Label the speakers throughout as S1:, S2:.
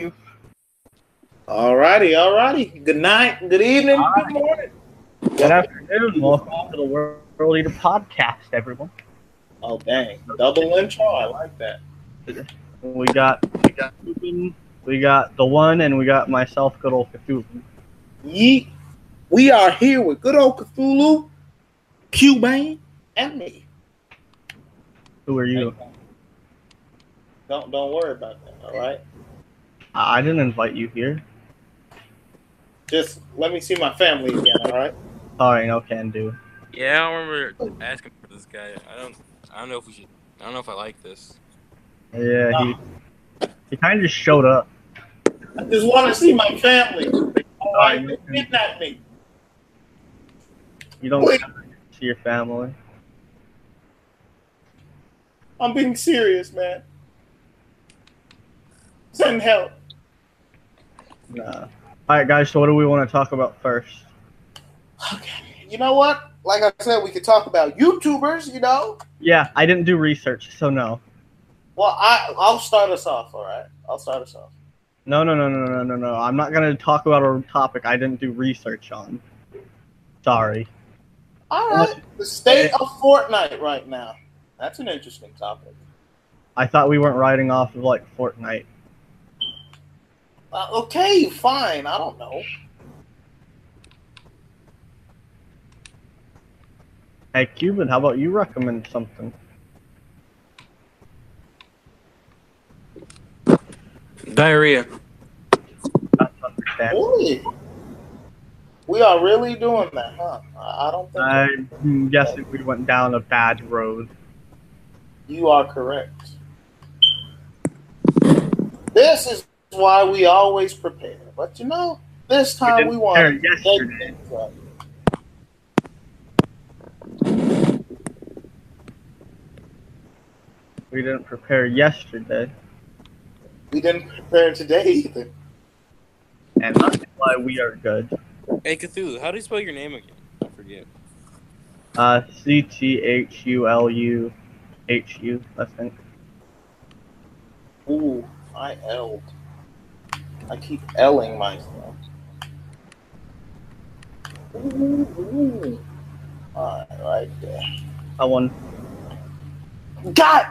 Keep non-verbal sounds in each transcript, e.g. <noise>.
S1: you. All righty, all righty. Good night, good evening, good morning.
S2: Good afternoon. Welcome to the World Leader Podcast, everyone.
S1: Oh, dang. Double intro. I like that.
S2: We got we got Ruben, we got the one, and we got myself, good old Cthulhu.
S1: Yeet. We are here with good old Cthulhu, Cubane, and me.
S2: Who are you?
S1: Don't don't worry about that, all right?
S2: I I didn't invite you here.
S1: Just let me see my family again, all right?
S2: Sorry, no can do.
S3: Yeah, I remember asking for this guy. I don't. I don't know if we should. I don't know if I like this.
S2: Yeah, he he kind of just showed up.
S1: I just want to see my family. All right,
S2: Alright,
S1: they kidnapped me.
S2: You don't
S1: Wait.
S2: see your family.
S1: I'm being serious, man. Send help.
S2: Nah. All right, guys. So what do we want to talk about first?
S1: Okay. You know what? Like I said, we could talk about YouTubers, you know?
S2: Yeah, I didn't do research, so no.
S1: Well, I I'll start us off. All right, I'll start us off.
S2: No, no, no, no, no, no, no. I'm not gonna talk about a topic I didn't do research on. Sorry.
S1: All right, the state of Fortnite right now. That's an interesting topic.
S2: I thought we weren't riding off of like Fortnite.
S1: Uh, okay, fine. I don't know.
S2: Hey, Cuban, how about you recommend something?
S3: Diarrhea.
S2: That
S1: Really? We are really doing that, huh? I I don't think
S2: I'm guessing we went down a bad road.
S1: you are correct. This is why we always prepare. But you know, this time
S2: didn't
S1: we, want to
S2: prepare
S1: shake
S2: yesterday.
S1: things up.
S2: We didn't prepare yesterday,
S1: We didn't prepare today either.
S2: and that's why we are good.
S3: Hey Cthulhu, how do you spell your name again? I forget.
S2: Uh, C T H U L U H U, I think.
S1: Ooh, I L'd. I keep L'ing myself. Ooh, ooh. Alright, right there.
S2: I won.
S1: God!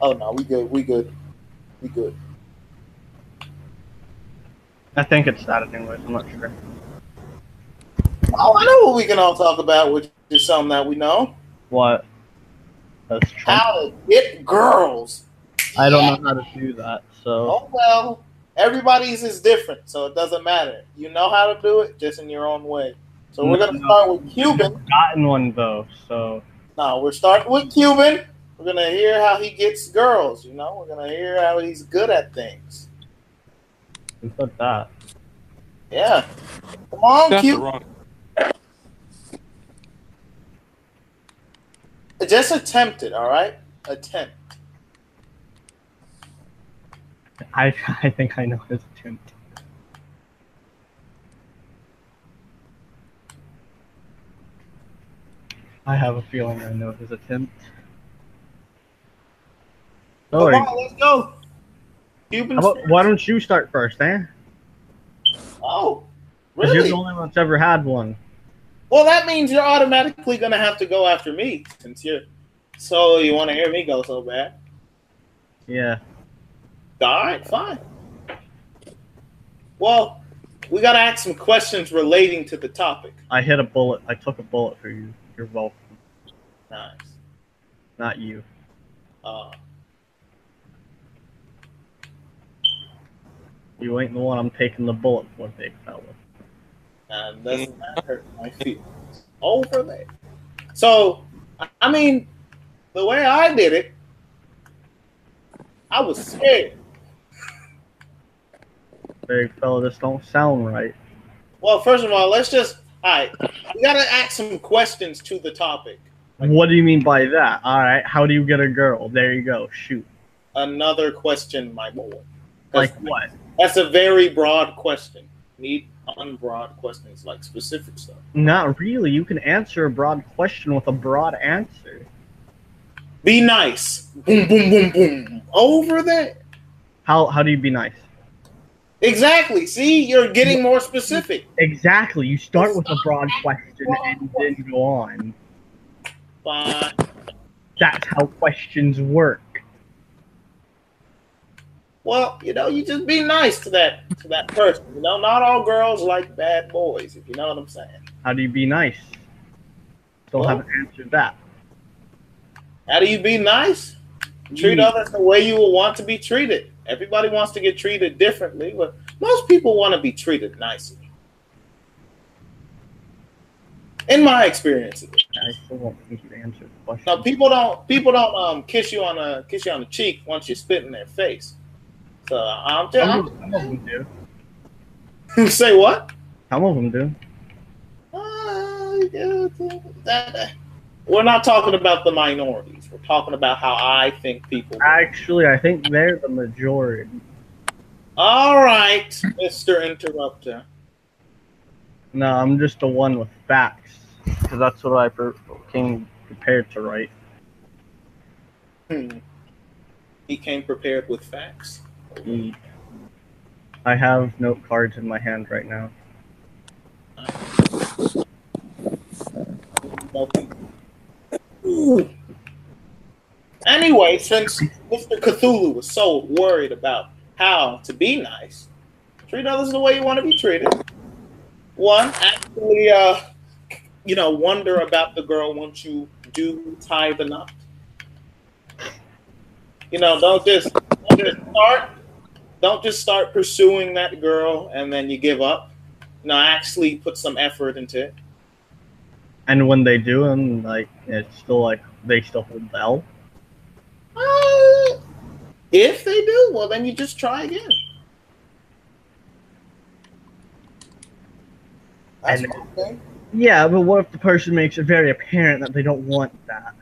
S1: Oh no, we good, we good. We good.
S2: I think it's that, anyways. I'm not sure.
S1: Oh, I know what we can all talk about, which is something that we know.
S2: What? That's Trump.
S1: How to get girls.
S2: I don't know how to do that, so
S1: Oh well, everybody's is different, so it doesn't matter. You know how to do it, just in your own way. So we're gonna
S2: No.
S1: start with Cuban.
S2: gotten one though. So
S1: No, we're starting with Cuban. We're gonna hear how he gets girls. You know, we're gonna hear how he's good at things.
S2: we put that.
S1: Yeah, come on,
S3: That's
S1: Cuban.
S3: wrong.
S1: Just attempt it. All right, attempt.
S2: I <laughs> I think I know his attempt. I have a feeling I know his attempt.
S1: Come
S2: Sorry.
S1: on, let's go. Cuban.
S2: How Oh, about- why don't you start first, eh? 'Cause
S1: oh,
S2: You're
S1: really?
S2: the only one that's ever had one.
S1: Well, that means you're automatically gonna have to go after me since you're. So you want to hear me go so bad?
S2: Yeah.
S1: All right, fine. Well, we gotta ask some questions relating to the topic.
S2: I hit a bullet. I took a bullet for you. You're welcome.
S1: Nice.
S2: Not you.
S1: Uh,
S2: You ain't the one I'm taking the bullet for, big fella.
S1: and
S2: Mm-hmm.
S1: doesn't hurt my feelings over there. So, I- I mean, the way I did it, I was scared.
S2: Big fella, this don't sound right.
S1: Well, first of all, let's just all right. We gotta ask some questions to the topic.
S2: What do you mean by that? All right. How do you get a girl? There you go. Shoot.
S1: Another question, my boy. 'Cause
S2: Like what?
S1: That's a very broad question. Need unbroad questions like specific stuff.
S2: Not really. You can answer a broad question with a broad answer.
S1: Be nice. Boom, boom, boom, boom. Over there.
S2: How how do you be nice?
S1: Exactly. See, you're getting more specific.
S2: Exactly. You start with a broad question and then go on.
S1: Fine.
S2: That's how questions work.
S1: Well, you know, you just be nice to that to that person. You know, not all girls like bad boys. If you know what I'm saying.
S2: How do you be nice? Still
S1: Well-
S2: haven't answered that.
S1: How do you be nice? Treat
S2: Mm.
S1: others the way you will want to be treated. Everybody wants to get treated differently, but most people want to be treated nicely. In my experience,
S2: I still don't think you answered the question.
S1: now people don't people don't um, kiss you on a kiss you on the cheek once you spit in their face. So I'm
S2: some,
S1: telling
S2: of, some of them
S1: <laughs>
S2: do.
S1: say what?
S2: Some of them do.
S1: Uh, yeah, that- that- we're not talking about the minorities. We're talking about how I think people.
S2: Actually, I think they're the majority.
S1: All right, Mister Interrupter.
S2: No, I'm just the one with facts because that's what I per- came prepared to write.
S1: Hmm. He came prepared with facts.
S2: Mm. I have note cards in my hand right now.
S1: Ooh. Anyway, since Mister Cthulhu was so worried about how to be nice, treat others the way you want to be treated. One, actually, uh, you know, wonder about the girl once you do tie the knot. You know, don't just don't just start don't just start pursuing that girl and then you give up. No, actually put some effort into it.
S2: And when they do them, like it's still like they still hold the L.
S1: Uh, if they do, well then you just try again. That's
S2: And-
S1: one thing.
S2: Yeah, but what if the person makes it very apparent that they don't want that?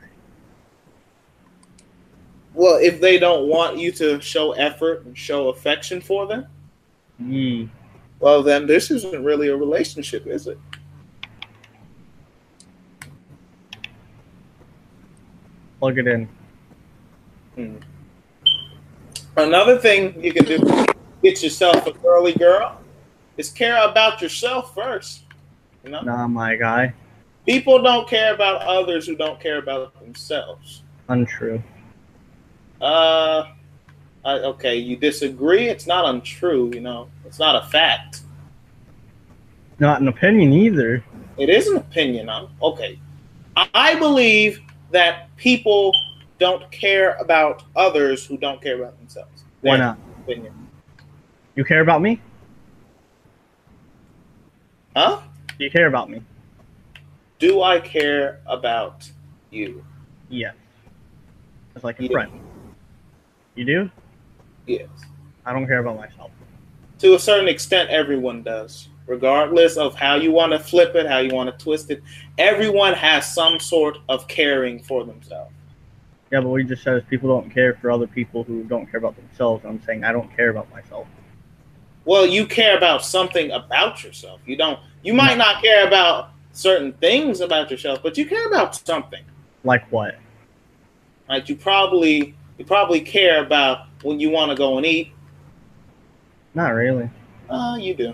S1: Well, if they don't want you to show effort and show affection for them,
S2: Yee.
S1: well then this isn't really a relationship, is it?
S2: Plug it in.
S1: Another thing you can do to get yourself a girly girl is care about yourself first. You know?
S2: Nah, my guy.
S1: People don't care about others who don't care about themselves.
S2: Untrue.
S1: Uh, I, okay, you disagree. It's not untrue, you know. It's not a fact.
S2: Not an opinion either.
S1: It is an opinion. i okay. I- I believe that people don't care about others who don't care about themselves.
S2: Why
S1: That's
S2: not?
S1: my Opinion.
S2: You care about me?
S1: Huh?
S2: Do you care about me?
S1: Do I care about you?
S2: Yes. It's like a
S1: Yeah.
S2: friend. You do?
S1: Yes.
S2: I don't care about myself.
S1: to a certain extent everyone does regardless of how you want to flip it how you want to twist it everyone has some sort of caring for themselves
S2: Yeah, but we just said is people don't care for other people who don't care about themselves. I'm saying I don't care about myself.
S1: well you care about something about yourself you don't you might not care about certain things about yourself but you care about something
S2: Like what?
S1: like you probably you probably care about when you want to go and eat
S2: Not really.
S1: uh, you do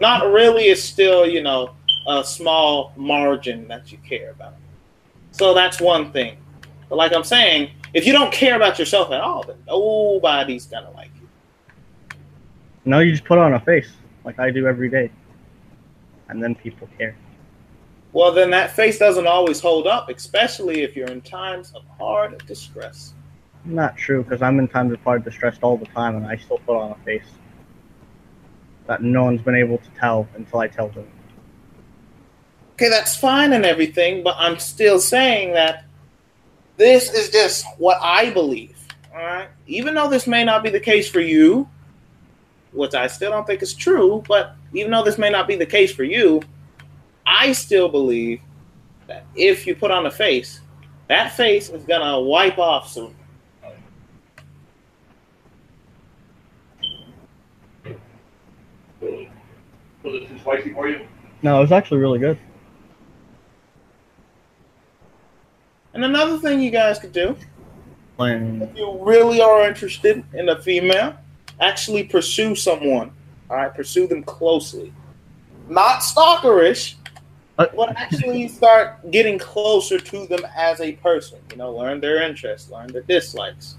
S1: not really is still you know a small margin that you care about so that's one thing but like i'm saying if you don't care about yourself at all then nobody's gonna like you
S2: No, you just put on a face like I do every day. And then people care.
S1: well then that face doesn't always hold up especially if you're in times of hard distress
S2: Not true, because I'm in times of hard distressed all the time and I still put on a face that no one's been able to tell until I tell them.
S1: okay that's fine and everything but i'm still saying that this is just what i believe all right even though this may not be the case for you which i still don't think is true but even though this may not be the case for you i still believe that if you put on a face that face is gonna wipe off some
S4: Was it too spicy for you?
S2: No, it was actually really good.
S1: and another thing you guys could do
S2: When
S1: if you really are interested in a female actually pursue someone. All right, pursue them closely, not stalkerish,
S2: Uh,
S1: but actually start getting closer to them as a person. You know, learn their interests, learn their dislikes.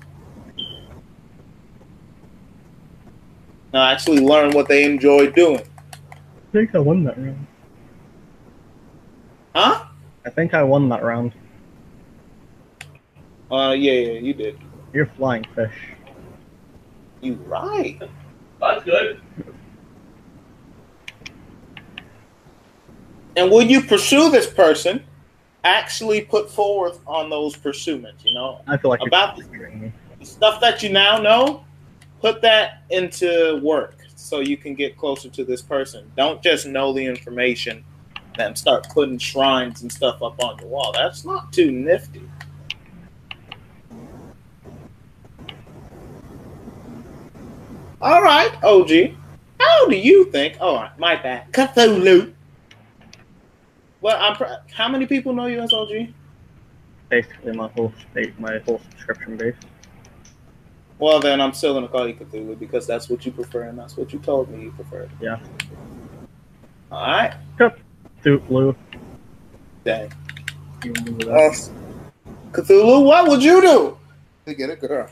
S1: Now, actually learn what they enjoy doing.
S2: I think I won that round.
S1: Huh?
S2: I think I won that round.
S1: Uh, yeah, yeah, you did.
S2: You're flying fish.
S1: You right.
S4: That's good.
S1: And when you pursue this person, actually put forth on those pursuits. You know,
S2: I feel like you're
S1: About-
S2: torturing me.
S1: stuff that you now know, put that into work so you can get closer to this person. Don't just know the information and start putting shrines and stuff up on your wall. That's not too nifty. All right, OG. How do you think? Oh, my bad. Cthulhu. Well, I'm. Pr- how many people know you as OG?
S2: Basically, my whole state, my whole subscription base.
S1: Well, then I'm still gonna call you Cthulhu because that's what you prefer and that's what you told me you preferred.
S2: Yeah.
S1: All right.
S2: Through blue.
S1: Dang.
S2: You remember that?
S1: Uh, Cthulhu, what would you do to get a girl?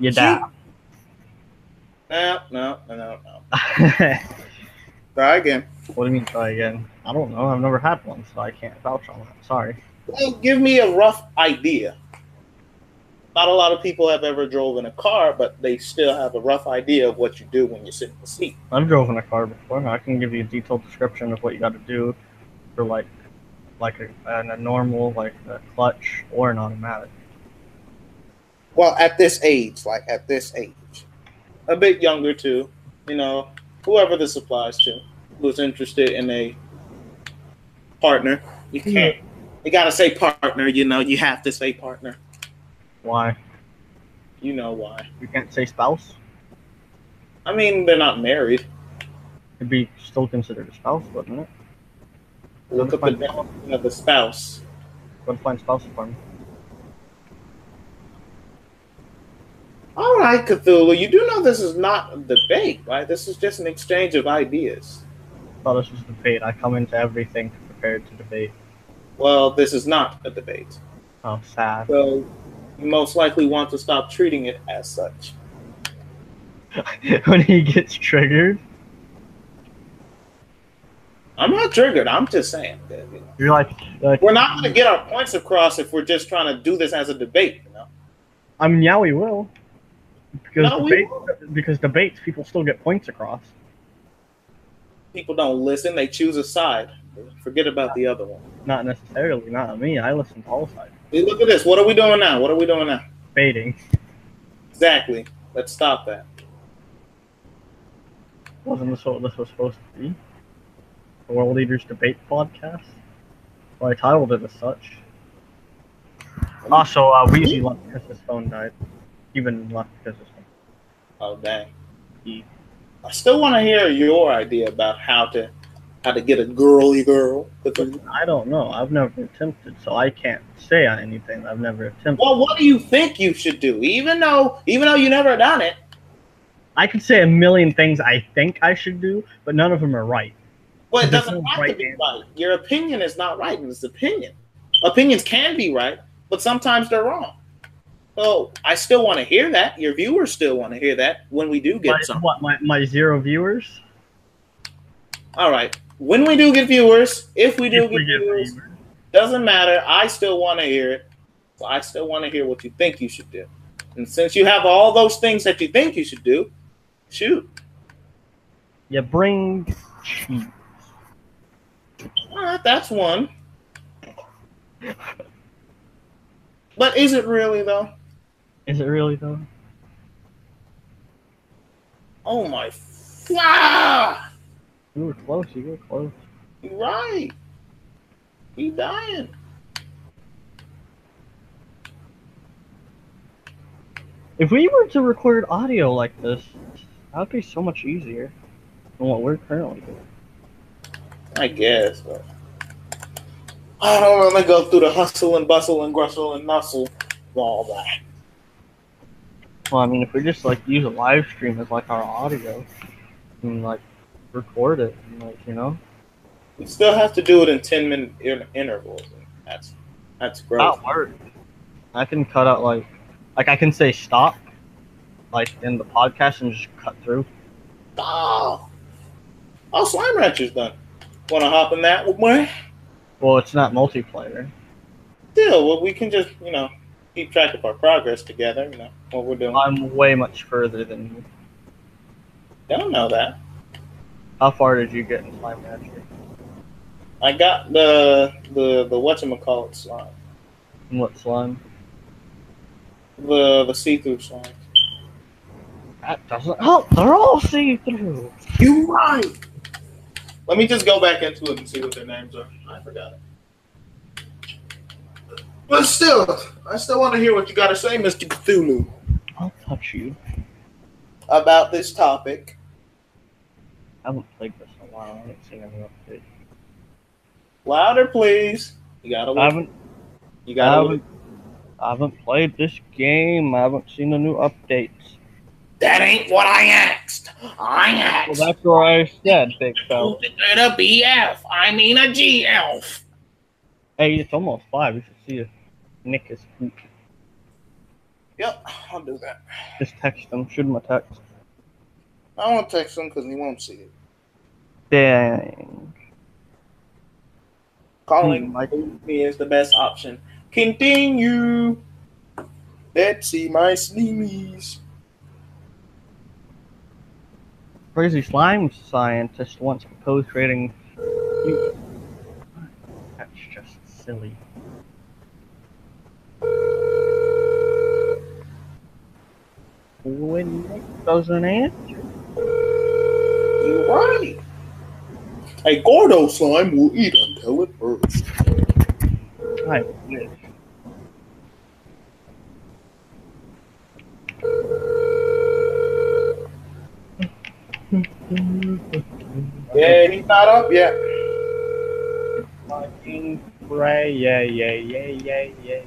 S2: you
S1: shoot.
S2: dab.
S1: No, no, no, no, no.
S2: what
S1: Try again.
S2: do you mean try again? I don't know. I've never had one, so I can't vouch on that. Sorry.
S1: Well, give me a rough idea. Not a lot of people have ever driven a car, but they still have a rough idea of what you do when you sit in the seat.
S2: I've driven a car before. I can give you a detailed description of what you got to do for like, like a, an, a normal, like a clutch or an automatic.
S1: Well, at this age, like at this age, a bit younger too, you know, whoever this applies to, who's interested in a partner, you can't. You gotta say partner, you know. You have to say partner.
S2: Why?
S1: You know why?
S2: You can't say spouse.
S1: I mean, they're not married.
S2: It'd be still considered a spouse, wouldn't it?
S1: Look up the
S2: Find-
S1: definition of a spouse.
S2: Go find spouse for me.
S1: All right, Cthulhu, you do know this is not a debate, right? This is just an exchange of ideas.
S2: Thought this was debate. I come into everything prepared to debate.
S1: Well, this is not a debate.
S2: Oh, sad. <laughs>
S1: So you most likely want to stop treating it as such.
S2: when he gets triggered,
S1: I'm not triggered. I'm just saying. That, you know,
S2: you're like, you're like
S1: we're not going to get our points across if we're just trying to do this as a debate. You know,
S2: I mean, yeah, we will. Because
S1: No, we
S2: debate, because debates, people still get points across.
S1: people don't listen; they choose a side. Forget about the other one.
S2: Not necessarily, not me. I listen to all sides.
S1: Hey, Look at this. What are we doing now? What are we doing now?
S2: Debating
S1: Exactly. Let's stop that.
S2: wasn't this what this was supposed to be? The World Leaders Debate Podcast. Well, I titled it as such. Also, uh, Wheezy
S1: Hmm?
S2: left because his phone died. Even left because his phone.
S1: Oh dang.
S2: Mm.
S1: I still want to hear your idea about how to how to get a girly girl. Cthulhu.
S2: I don't know. I've never attempted, so I can't say on anything I've never attempted.
S1: Well, what do you think you should do? Even though even though you never done it,
S2: I could say a million things I think I should do, but none of them are right.
S1: Well, it
S2: There's
S1: doesn't
S2: no
S1: have to
S2: right
S1: be
S2: answer.
S1: right. Your opinion is not right, and it's opinion. Opinions can be right, but sometimes they're wrong. So I still want to hear that. Your viewers still want to hear that when we do
S2: My,
S1: get some.
S2: what, my, my zero viewers?
S1: All right. When we do get viewers, if we do
S2: If
S1: get
S2: we get
S1: viewers,
S2: viewers.
S1: doesn't matter. I still want to hear it. So I still want to hear what you think you should do. And since you have all those things that you think you should do, shoot.
S2: You bring cheese.
S1: All right, that's one. But is it really though?
S2: Is it really though?
S1: Oh my! f- Ah!
S2: You were close. You were close.
S1: You right. He dying.
S2: If we were to record audio like this, that would be so much easier than what we're currently doing.
S1: I guess, but I don't want to go through the hustle and bustle and grustle and nuzzle and all that.
S2: Well, I mean, if we just like use a live stream as like our audio, and like record it, and, like you know,
S1: We still have to do it in ten minute in- intervals. That's that's gross.
S2: not work. I can cut out like, like I can say stop, like in the podcast and just cut through.
S1: Oh. oh, Slime Rancher's done. Want to hop in that with more?
S2: Well, it's not multiplayer.
S1: Still, well, we can just you know keep track of our progress together. You know what we're doing. I
S2: I'm way much further than you.
S1: don't know that.
S2: How far did you get in Slime Rancher?
S1: I got the the the whatchamacallit slime,
S2: And what slime?
S1: the the see through slime.
S2: That doesn't help. Oh, They're all see through.
S1: You right. Let me just go back into it and see what their names are. I forgot it. But still, I still want to hear what you got to say, Mr. Cthulhu,
S2: I'll touch you.
S1: about this topic.
S2: I haven't played this in a while. I haven't seen anyone play.
S1: Louder, please. You gotta.
S2: I haven't
S1: You
S2: I
S1: gotta.
S2: haven't, I haven't played this game. I haven't seen the new updates.
S1: That ain't what I asked. I
S2: Well,
S1: asked.
S2: that's what I said, Big Fell.
S1: it a BF? I mean a G elf.
S2: Hey, it's almost five. You should see if Nick is.
S1: Yep, I'll do that.
S2: Just text him. Shoot him a text.
S1: I won't text him because he won't see it.
S2: Dang.
S1: Calling
S2: Hmm, Mike.
S1: me is the best option. Continue. Let's see my sneeze.
S2: Crazy slime scientist once proposed creating. That's just silly. When Nick doesn't answer,
S1: You right. A Gordo slime will eat until it bursts.
S2: I wish.
S1: Yeah, he's not up yet.
S2: Fucking pray, yeah, yeah, yeah, yeah, yeah. yeah.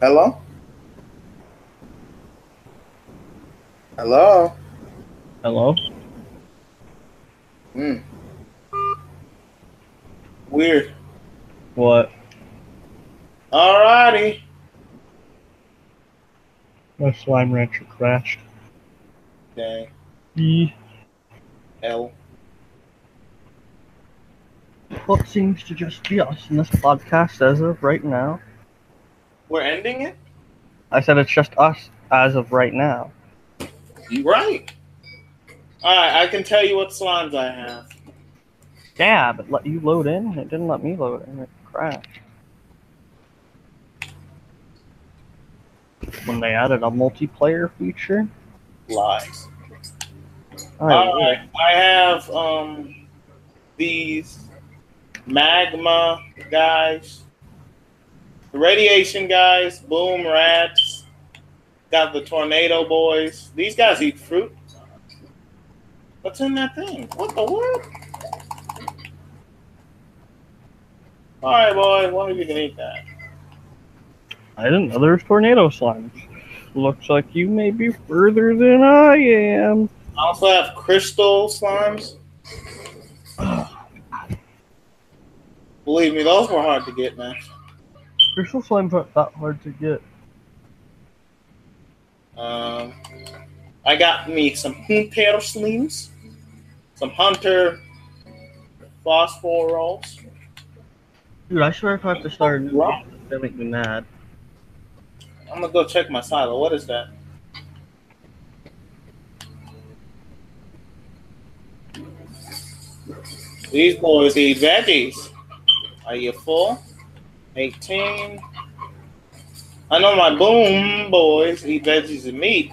S1: Hello? Hello?
S2: Hello?
S1: Hmm. Weird.
S2: What?
S1: Alrighty.
S2: My slime rancher crashed.
S1: Dang.
S2: E.
S1: L.
S2: What seems to just be us in this podcast as of right now?
S1: We're ending it?
S2: I said it's just us as of right now.
S1: You right. Alright, I can tell you what slimes I have.
S2: Yeah, but let you load in, and it didn't let me load in. It crashed. When they added a multiplayer feature,
S1: Lies.
S2: I
S1: Alright, I have um these magma guys. The radiation guys, boom rats, got the tornado boys. These guys eat fruit. What's in that thing? What the world? Alright boy, one of you can eat that.
S2: I didn't know there was tornado slimes. Looks like you may be further than I am.
S1: I also have crystal slimes. <sighs> Believe me, those were hard to get, man.
S2: Crystal slimes aren't that hard to get.
S1: Um, I got me some hunter slimes, some hunter phosphor rolls.
S2: Dude, I swear if I have to start a new
S1: Wow.
S2: game, they make me mad.
S1: I'm gonna go check my silo. What is that? These boys eat veggies. Are you full? 18. I know my boom boys eat veggies and meat.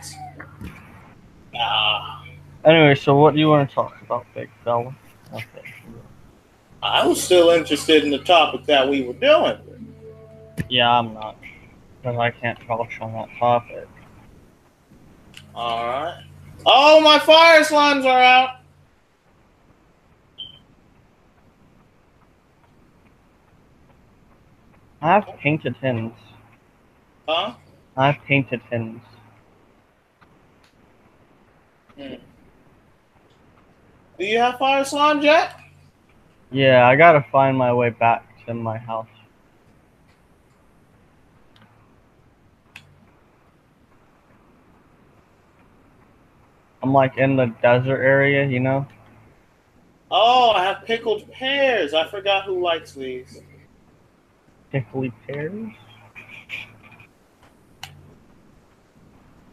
S1: Ah,
S2: Anyway, so what do you want to talk about, big fella? Okay.
S1: I was still interested in the topic that we were doing.
S2: Yeah, I'm not. Because I can't touch on that topic.
S1: All right. Oh, my fire slimes are out.
S2: I have painted hens.
S1: Huh?
S2: I've painted fins.
S1: Do you have fire slime, Jack?
S2: Yeah, I gotta find my way back to my house. I'm like in the desert area, you know?
S1: Oh, I have pickled pears. I forgot who likes these.
S2: Pickly pears?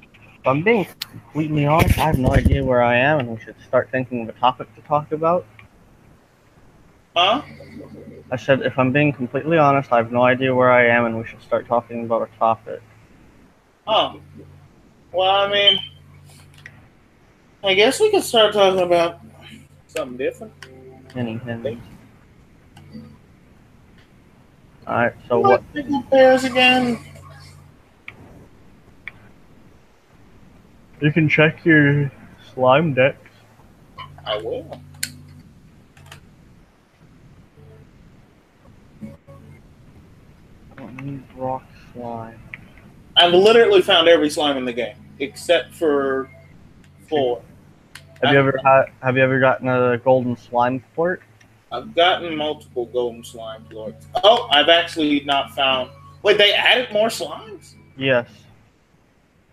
S2: If I'm being completely honest, I have no idea where I am and we should start thinking of a topic to talk about.
S1: Huh?
S2: I said, if I'm being completely honest, I have no idea where I am and we should start talking about a topic.
S1: Oh. Well, I mean, I guess we could start talking about something different.
S2: Anything. Alright, so
S1: Who
S2: what?
S1: likes pickled pears again?
S2: You can check your slime decks.
S1: I will.
S2: I don't need rock slime.
S1: I've literally found every slime in the game except for four.
S2: Have you ever had, have you ever gotten a golden slime fort?
S1: I've gotten multiple golden slime lords. Oh, I've actually not found. Wait, they added more slimes?
S2: Yes.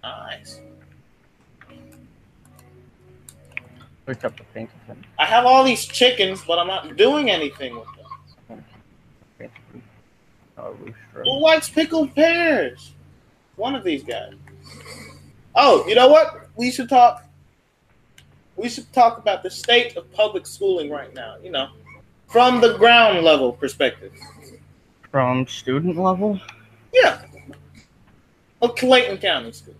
S1: Nice.
S2: Picked up the painted fin.
S1: I have all these chickens, but I'm not doing anything with them.
S2: Painted fin. Oh, rooster.
S1: Who likes pickled pears? One of these guys. Oh, you know what? We should talk. We should talk about the state of public schooling right now. You know, from the ground level perspective.
S2: From student level?
S1: Yeah. Of Oh, Clayton County schools.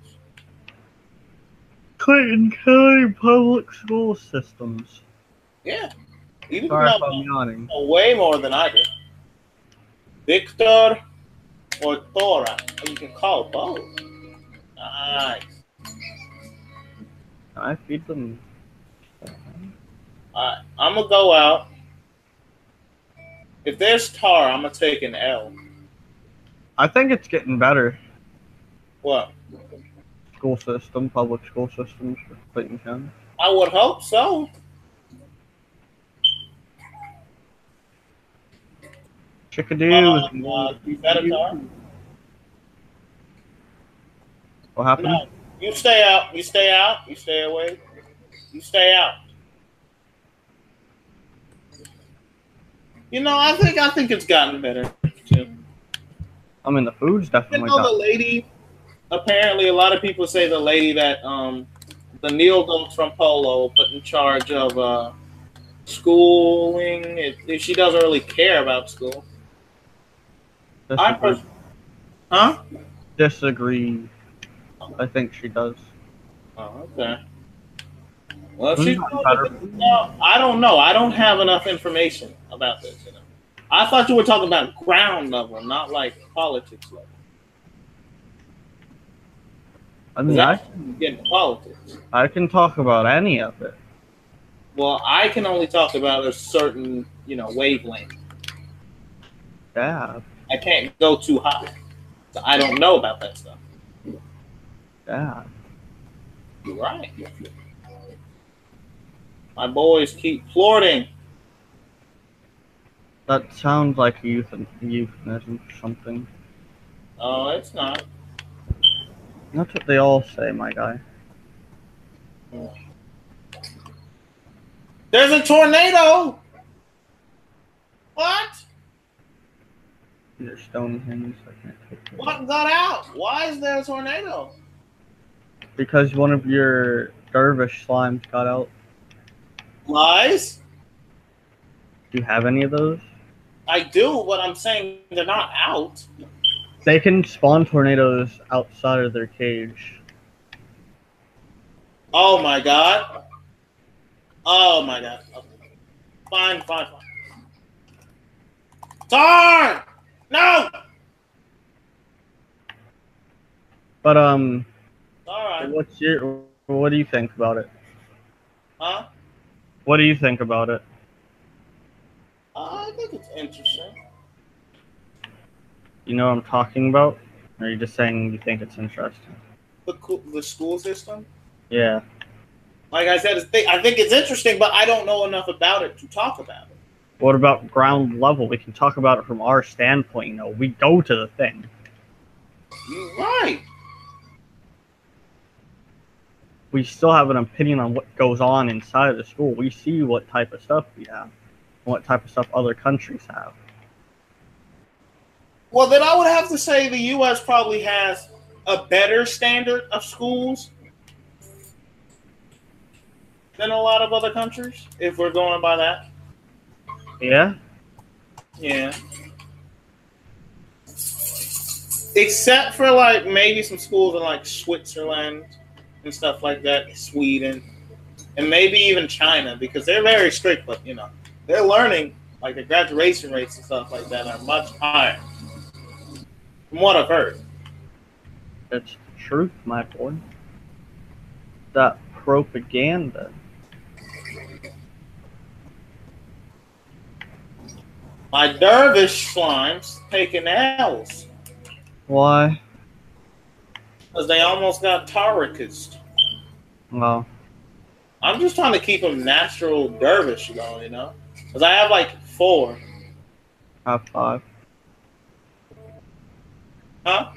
S2: Clayton County Public School Systems.
S1: Yeah. Even
S2: Sorry if
S1: though-
S2: I'm yawning.
S1: know way more than I do. Victor or Thora. You can call both. Nice.
S2: Can I feed them?
S1: Alright, I'm gonna go out. If there's tar, I'm gonna take an L.
S2: I think it's getting better.
S1: Well,
S2: School system, public school systems for Clayton County.
S1: I would hope so.
S2: Chickadee was.
S1: Um, uh, you better tar.
S2: What happened?
S1: No, you stay out. You stay out. You stay away. You stay out. You know, I think I think it's gotten better too.
S2: I mean, the food's
S1: You
S2: definitely
S1: know the
S2: got.
S1: lady. Apparently, a lot of people say the lady that um, the Neil Gomes from Polo put in charge of uh, schooling. If, if she doesn't really care about school, I
S2: Disagree.
S1: pers- huh?
S2: disagree. I think she does.
S1: Oh, okay. Well, if
S2: Who's
S1: she,
S2: not better?
S1: no, I don't know. I don't have enough information about this. You know, I thought you were talking about ground level, not like politics level.
S2: I mean, I,
S1: That's getting politics.
S2: I can talk about any of it.
S1: Well, I can only talk about a certain, you know, wavelength.
S2: Dab,
S1: I can't go too high. So I don't know about that stuff.
S2: dab.
S1: You're right. My boys keep flirting.
S2: That sounds like a euthan- euphemism for something.
S1: Oh, it's not.
S2: That's what they all say, my guy.
S1: There's a tornado. What?
S2: These are stone things. I can't take them.
S1: What got out? Why is there a tornado?
S2: Because one of your dervish slimes got out.
S1: Lies?
S2: Do you have any of those?
S1: I do, but I'm saying they're not out.
S2: They can spawn tornadoes outside of their cage.
S1: Oh my god. Oh my god. Okay. Fine, fine, fine. Darn! No!
S2: But um,
S1: Alright.
S2: what's your? What do you think about it?
S1: Huh?
S2: What do you think about it?
S1: I Uh, think it's interesting.
S2: You know what I'm talking about? Are you just saying you think it's interesting?
S1: The coo- the school system.
S2: Yeah.
S1: Like I said, it's thi- I think it's interesting, but I don't know enough about it to talk about it.
S2: What about ground level? We can talk about it from our standpoint. You know, we go to the thing.
S1: You're right.
S2: We still have an opinion on what goes on inside of the school. We see what type of stuff we have, what type of stuff other countries have.
S1: Well, then I would have to say the U.S. probably has a better standard of schools than a lot of other countries, if we're going by that.
S2: Yeah.
S1: Yeah. Except for like maybe some schools in like Switzerland and stuff like that, Sweden, and maybe even China because they're very strict. But you know, they're learning like the graduation rates and stuff like that are much higher. From what I've heard,
S2: That's the truth, my boy. That propaganda.
S1: my dervish slimes taking L's
S2: Why?
S1: because they almost got tarikist.
S2: Well,
S1: I'm just trying to keep them natural dervish going, you know, because I have like four.
S2: I have five.
S1: Huh?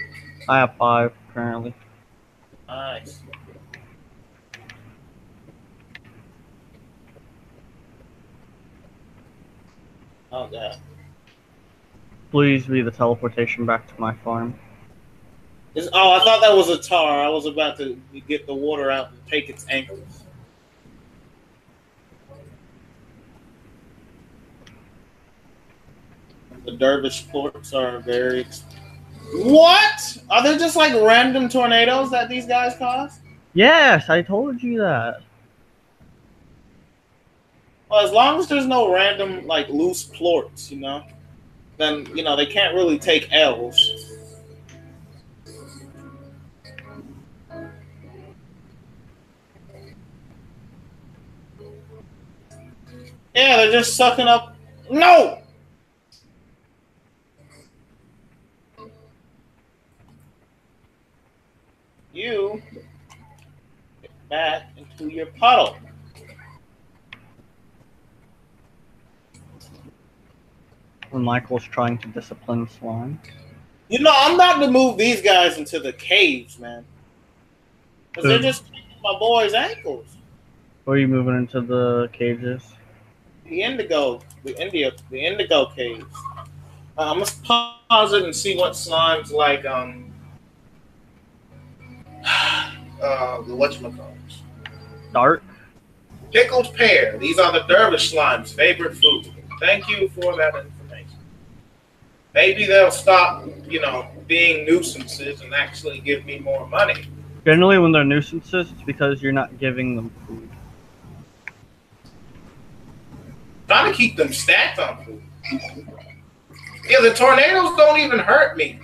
S2: I have five currently.
S1: Nice. Oh god.
S2: Please be the teleportation back to my farm.
S1: It's, oh, I thought that was a tar. I was about to get the water out and take its ankles. The dervish ports are very. ex- What? Are there just like random tornadoes that these guys cause?
S2: Yes, I told you that.
S1: Well, as long as there's no random like loose plorts, you know, then you know they can't really take L's. Yeah, they're just sucking up. No. You get back into your puddle.
S2: When Michael's trying to discipline Slime.
S1: You know, I'm not to move these guys into the caves, man. Because they're
S2: Mm.
S1: just kicking my boy's ankles.
S2: Where are you moving into the cages?
S1: The indigo, the India, the indigo caves. Uh, I'm gonna pause it and see what slimes like. Um, <sighs> uh, the whatchamacallits.
S2: Dark?
S1: Pickled pear. These are the dervish slimes' favorite food. Thank you for that information. Maybe they'll stop, you know, being nuisances and actually give me more money.
S2: Generally, when they're nuisances, it's because you're not giving them food.
S1: trying to keep them stacked on food. Yeah, the tornadoes don't even hurt me.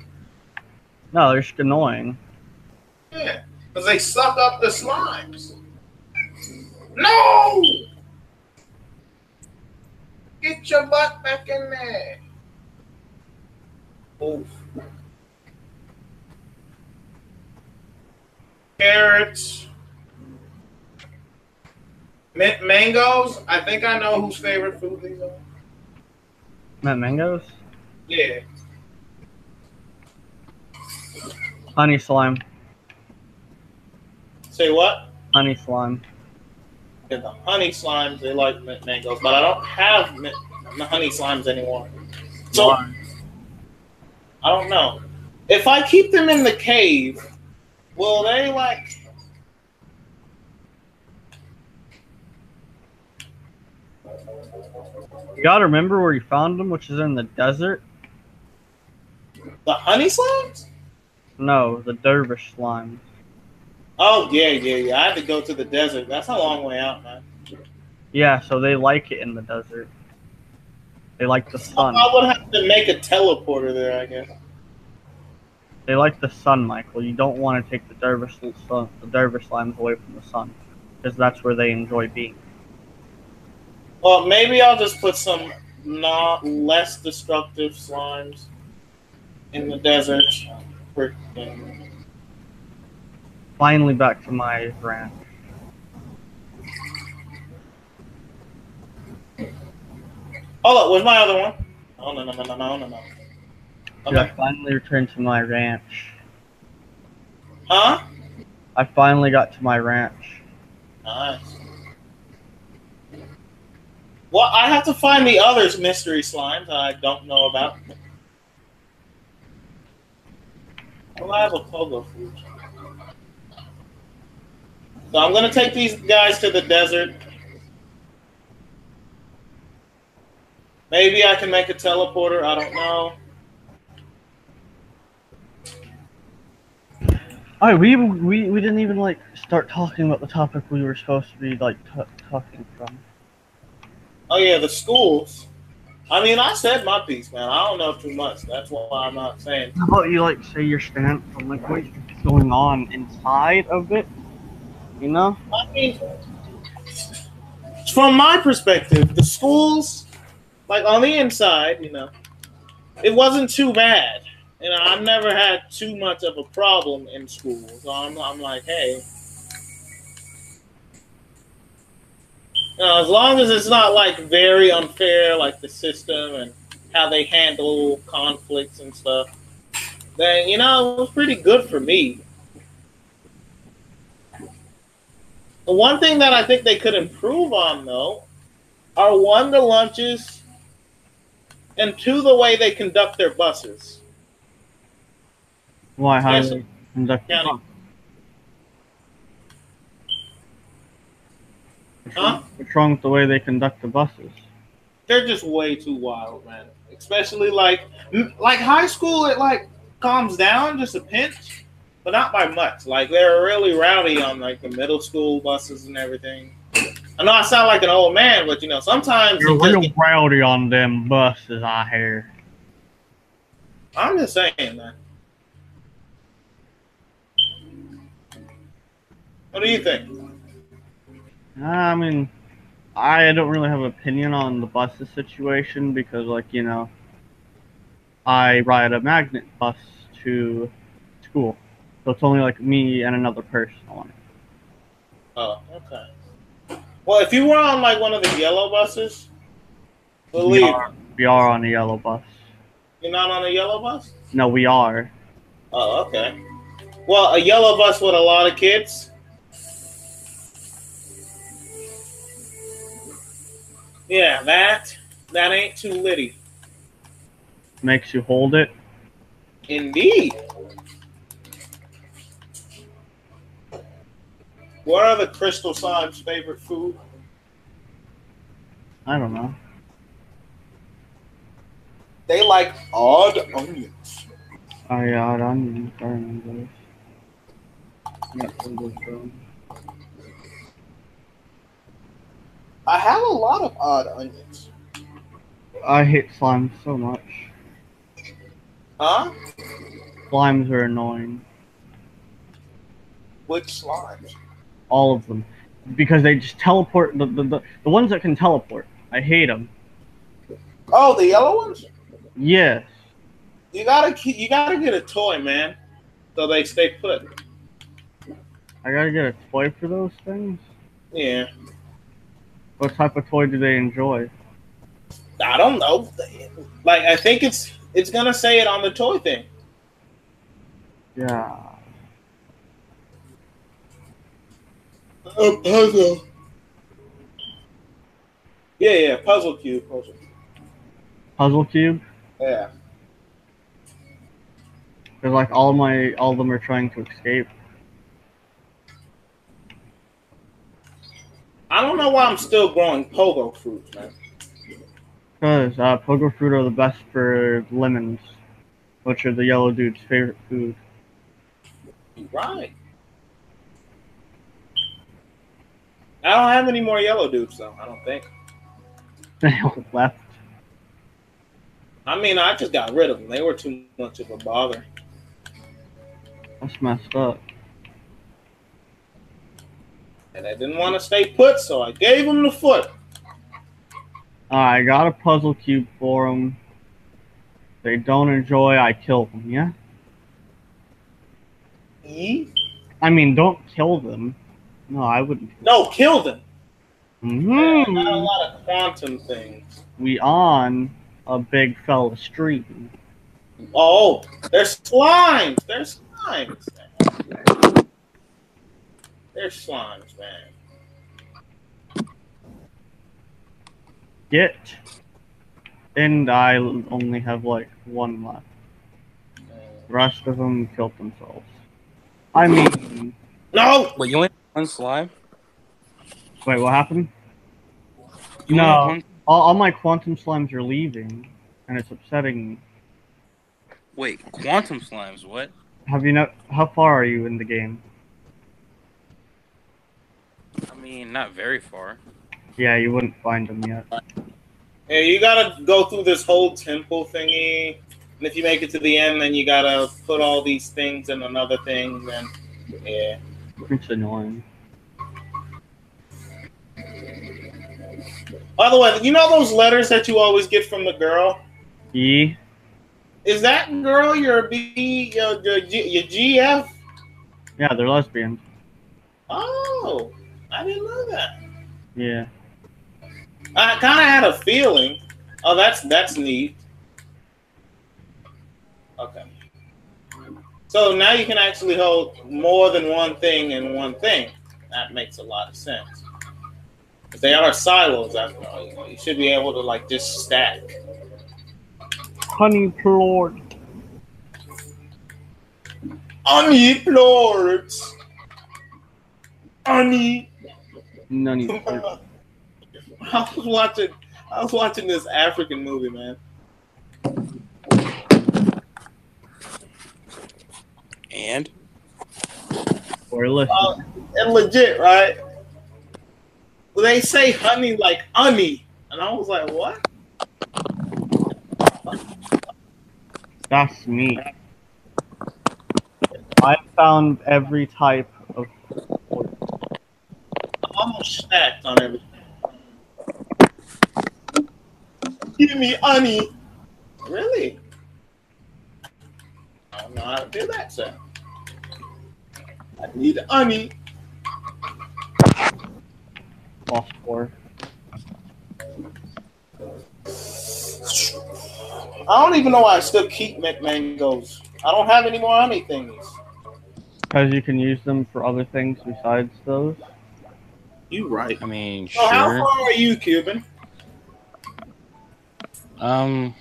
S2: No, they're just annoying.
S1: Yeah, because they suck up the slimes. No! Get your butt back in there. Oof. Carrots. Mint mangoes. I think I know whose favorite food these are.
S2: Mint mangoes?
S1: Yeah.
S2: Honey slime.
S1: Say what?
S2: Honey slime.
S1: And the honey slimes, they like mint mangoes, but I don't have mint, the honey slimes anymore. So
S2: Why?
S1: I don't know. If I keep them in the cave, will they like?
S2: You gotta remember where you found them, which is in the desert.
S1: The honey slimes?
S2: No, the dervish slime.
S1: Oh yeah, yeah, yeah. I had to go to the desert. That's a long way out, man.
S2: Yeah, so they like it in the desert. They like the sun.
S1: I would have to make a teleporter there, I guess.
S2: They like the sun, Michael. You don't want to take the dervish l- sun, the dervish slimes away from the sun, because that's where they enjoy being.
S1: Well, maybe I'll just put some not less destructive slimes in the desert. freaking
S2: Finally, back to my rant.
S1: Hold up, where's my other one? Oh no no no no no no no.
S2: Dude, I
S1: Okay.
S2: finally returned to my ranch.
S1: Huh?
S2: I finally got to my ranch.
S1: Nice. Well, I have to find the others mystery slimes I don't know about. Well, I have a pogo food. So I'm gonna take these guys to the desert. Maybe I can make a teleporter. I don't know.
S2: All right, Oh, we we we didn't even like start talking about the topic we were supposed to be like t- talking from.
S1: Oh yeah, the schools. I mean, I said my piece, man. I don't know too much. That's why I'm not saying.
S2: How about you like say your stance on like what's going on inside of it? You know?
S1: I mean, from my perspective, the schools, like on the inside, you know, it wasn't too bad. You know, I've never had too much of a problem in school. So I'm, I'm like, hey, you know, as long as it's not like very unfair, like the system and how they handle conflicts and stuff, then, you know, it was pretty good for me. The one thing that I think they could improve on, though, are one, the lunches, and two, the way they conduct their buses.
S2: Why? How
S1: Yes.
S2: do they conduct?
S1: County. Huh?
S2: What's wrong with the way they conduct the buses?
S1: They're just way too wild, man. Especially like, like high school, it like calms down just a pinch, but not by much. Like they're really rowdy on like the middle school buses and everything. I know I sound like an old man, but you know sometimes
S2: You're
S1: it just
S2: real
S1: get-
S2: rowdy on them buses, I hear.
S1: I'm just saying, man. What do you think?
S2: I mean, I don't really have an opinion on the buses situation because, like, you know, I ride a magnet bus to school. So it's only like me and another person on it.
S1: Oh, okay. Well, if you were on like one of the yellow buses, believe
S2: We are, we are on the yellow bus.
S1: you're not on a yellow bus.
S2: No, we are.
S1: Oh, okay. Well, a yellow bus with a lot of kids. Yeah, that that ain't too litty.
S2: Makes you hold it.
S1: Indeed. What are the Crystal Slime's favorite food?
S2: I don't know.
S1: They like odd onions.
S2: Oh, yeah, I don't I remember this. I don't remember this.
S1: I have a lot of odd onions.
S2: I hate slimes so much.
S1: Huh?
S2: Slimes are annoying.
S1: Which slimes?
S2: all of them because they just teleport the, the, the, the ones that can teleport i hate them
S1: Oh, the yellow ones.
S2: yes
S1: You gotta ke- you gotta get a toy, man, so they stay put.
S2: i gotta get a toy for those things
S1: Yeah,
S2: what type of toy do they enjoy
S1: I don't know. Like I think it's it's gonna say it on the toy thing.
S2: yeah
S1: A puzzle. Yeah, yeah, puzzle cube, puzzle. cube.
S2: puzzle cube
S1: Yeah.
S2: because like all my all of them are trying to escape
S1: I don't know why I'm still growing pogo fruits, man.
S2: because uh, pogo fruit are the best for lemons which are the yellow dude's favorite food <laughs>
S1: You Right. I don't have any more yellow dudes though. I don't think.
S2: they all left
S1: I mean, I just got rid of them. They were too much of a bother.
S2: that's messed up
S1: And I didn't want to stay put, so I gave them the foot.
S2: i got a puzzle cube for them they don't enjoy i kill them yeah
S1: Ye?
S2: I mean, don't kill them. No, I wouldn't.
S1: No, kill them.
S2: Mm.
S1: Not a lot of quantum things.
S2: We on a big fella stream.
S1: Oh, there's slimes. There's slimes. There's slimes, man.
S2: Get. And I only have like one left. The rest of them killed themselves. I mean,
S1: No,
S3: Wait, you only have one slime?
S2: wait, what happened?
S3: You
S2: No.
S3: only have one-
S2: All, all my quantum slimes are leaving, and it's upsetting me.
S3: Wait, quantum slimes? What?
S2: Have you know? How far are you in the game?
S3: I mean, not very far.
S2: Yeah, you wouldn't find them yet.
S1: Yeah, you gotta go through this whole temple thingy, and if you make it to the end, then you gotta put all these things in another thing. Then, yeah,
S2: It's annoying.
S1: By the way, you know those letters that you always get from the girl?
S2: E?
S1: Is that girl your B, your, your, G- your GF?
S2: Yeah, they're lesbian.
S1: Oh, I didn't know that.
S2: Yeah.
S1: I kind of had a feeling. Oh, that's that's neat. Okay. So now you can actually hold more than one thing in one thing. That makes a lot of sense. 'Cause They are silos after all. You, know. you should be able to like just stack.
S2: Honey lord.
S1: Honey plorts. Honey.
S2: <laughs> None of
S1: <laughs> I was watching. I was watching this African movie, man.
S3: And?
S2: or listen.
S1: Uh, and legit, right? Well, They say honey like honey, and I was like, what?
S2: That's me. I found every type of.
S1: I'm almost stacked on everything. Give me honey. Really? I don't know how to do that, sir. I need honey.
S2: Lost for.
S1: I don't even know why I still keep McMangoes. I don't have any more honey things.
S2: Because you can use them for other things besides those.
S1: You right.
S3: I mean,
S1: So how far are you, Cuban?
S3: Um.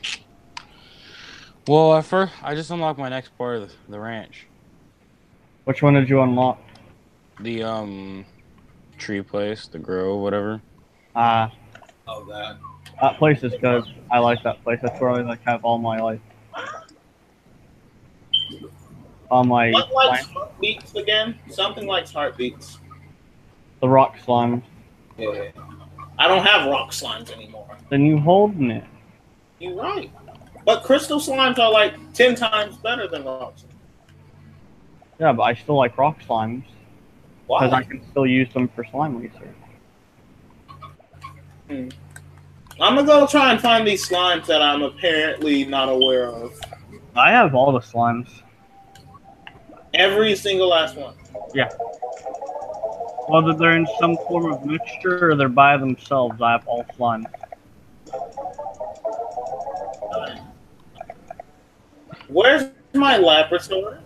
S3: Well, I first I just unlocked my next part of the, the ranch,
S2: Which one did you unlock?
S3: the um tree place, the grove, whatever.
S2: Ah,
S1: Oh god.
S2: that place is good. I like that place. That's where I like have all my life. All my
S1: What likes heartbeats again? Something likes heartbeats.
S2: the rock slime.
S1: Yeah. I don't have rock slimes anymore.
S2: Then you holding it.
S1: You're right. But crystal slimes are like ten times better than rock slimes.
S2: Yeah, but I still like rock slimes
S1: Why?
S2: because I can still use them for slime research.
S1: I'm gonna go try and find these slimes that I'm apparently not aware of.
S2: I have all the slimes.
S1: Every single last one.
S2: Whether they're in some form of mixture or they're by themselves, I have all slimes.
S1: Where's my Labrador?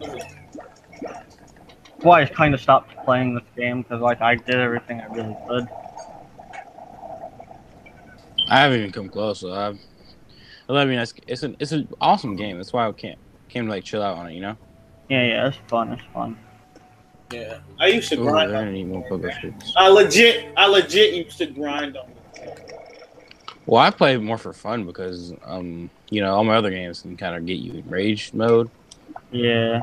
S2: That's why I kind of stopped playing this game because like I did everything I really could.
S3: I haven't even come close. So I've. I mean, it's it's an it's an awesome game. That's why I can't came to like chill out on it. You know.
S2: Yeah, yeah, it's fun. It's fun.
S1: Yeah. I used to
S3: Ooh, I
S1: grind on
S3: don't need more poker chips.
S1: I legit I legit used to grind on
S3: Well, I play more for fun because um you know all my other games can kind of get you in rage mode.
S2: Yeah.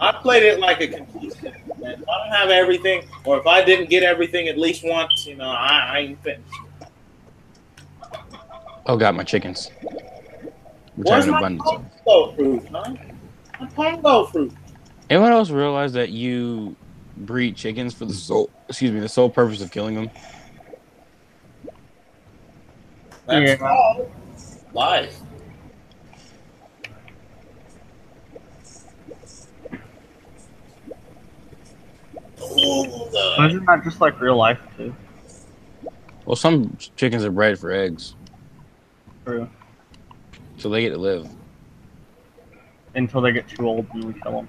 S1: I played it like a completionist. man. If I don't have everything, or if I didn't get everything at least once, you know, I, I ain't finished.
S3: Oh god, my chickens.
S1: Where's
S3: Return
S1: my
S3: abundance. of-
S1: pongo fruit, huh? My pongo fruit.
S3: Anyone else realize that you breed chickens for the sole excuse me the sole purpose of killing them?
S1: That's
S2: Yeah.
S1: all. Life.
S2: But isn't that just like real life too?
S3: Well, some chickens are bred for eggs,
S2: True.
S3: so they get to live.
S2: Until they get too old and we kill them.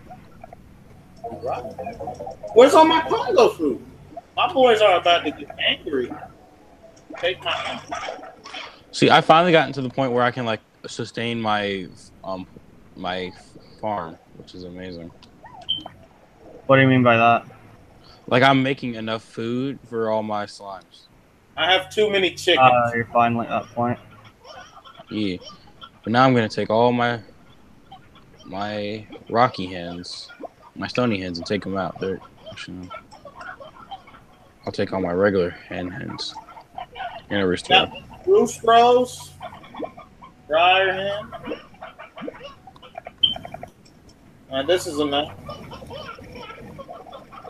S1: Where's all my Congo fruit? My boys are about to get angry. Take my
S3: See, I finally gotten to the point where I can like sustain my um my farm, which is amazing.
S2: What do you mean by that?
S3: Like I'm making enough food for all my slimes.
S1: I have too many chickens.
S2: Uh, you're finally at that point.
S3: Yeah. But now I'm gonna take all my my rocky hands, my stony hands, and take them out. They're, actually, no. I'll take all my regular hand hands. And a restore.
S1: Roof Rose, Briar Hen. Now this is enough.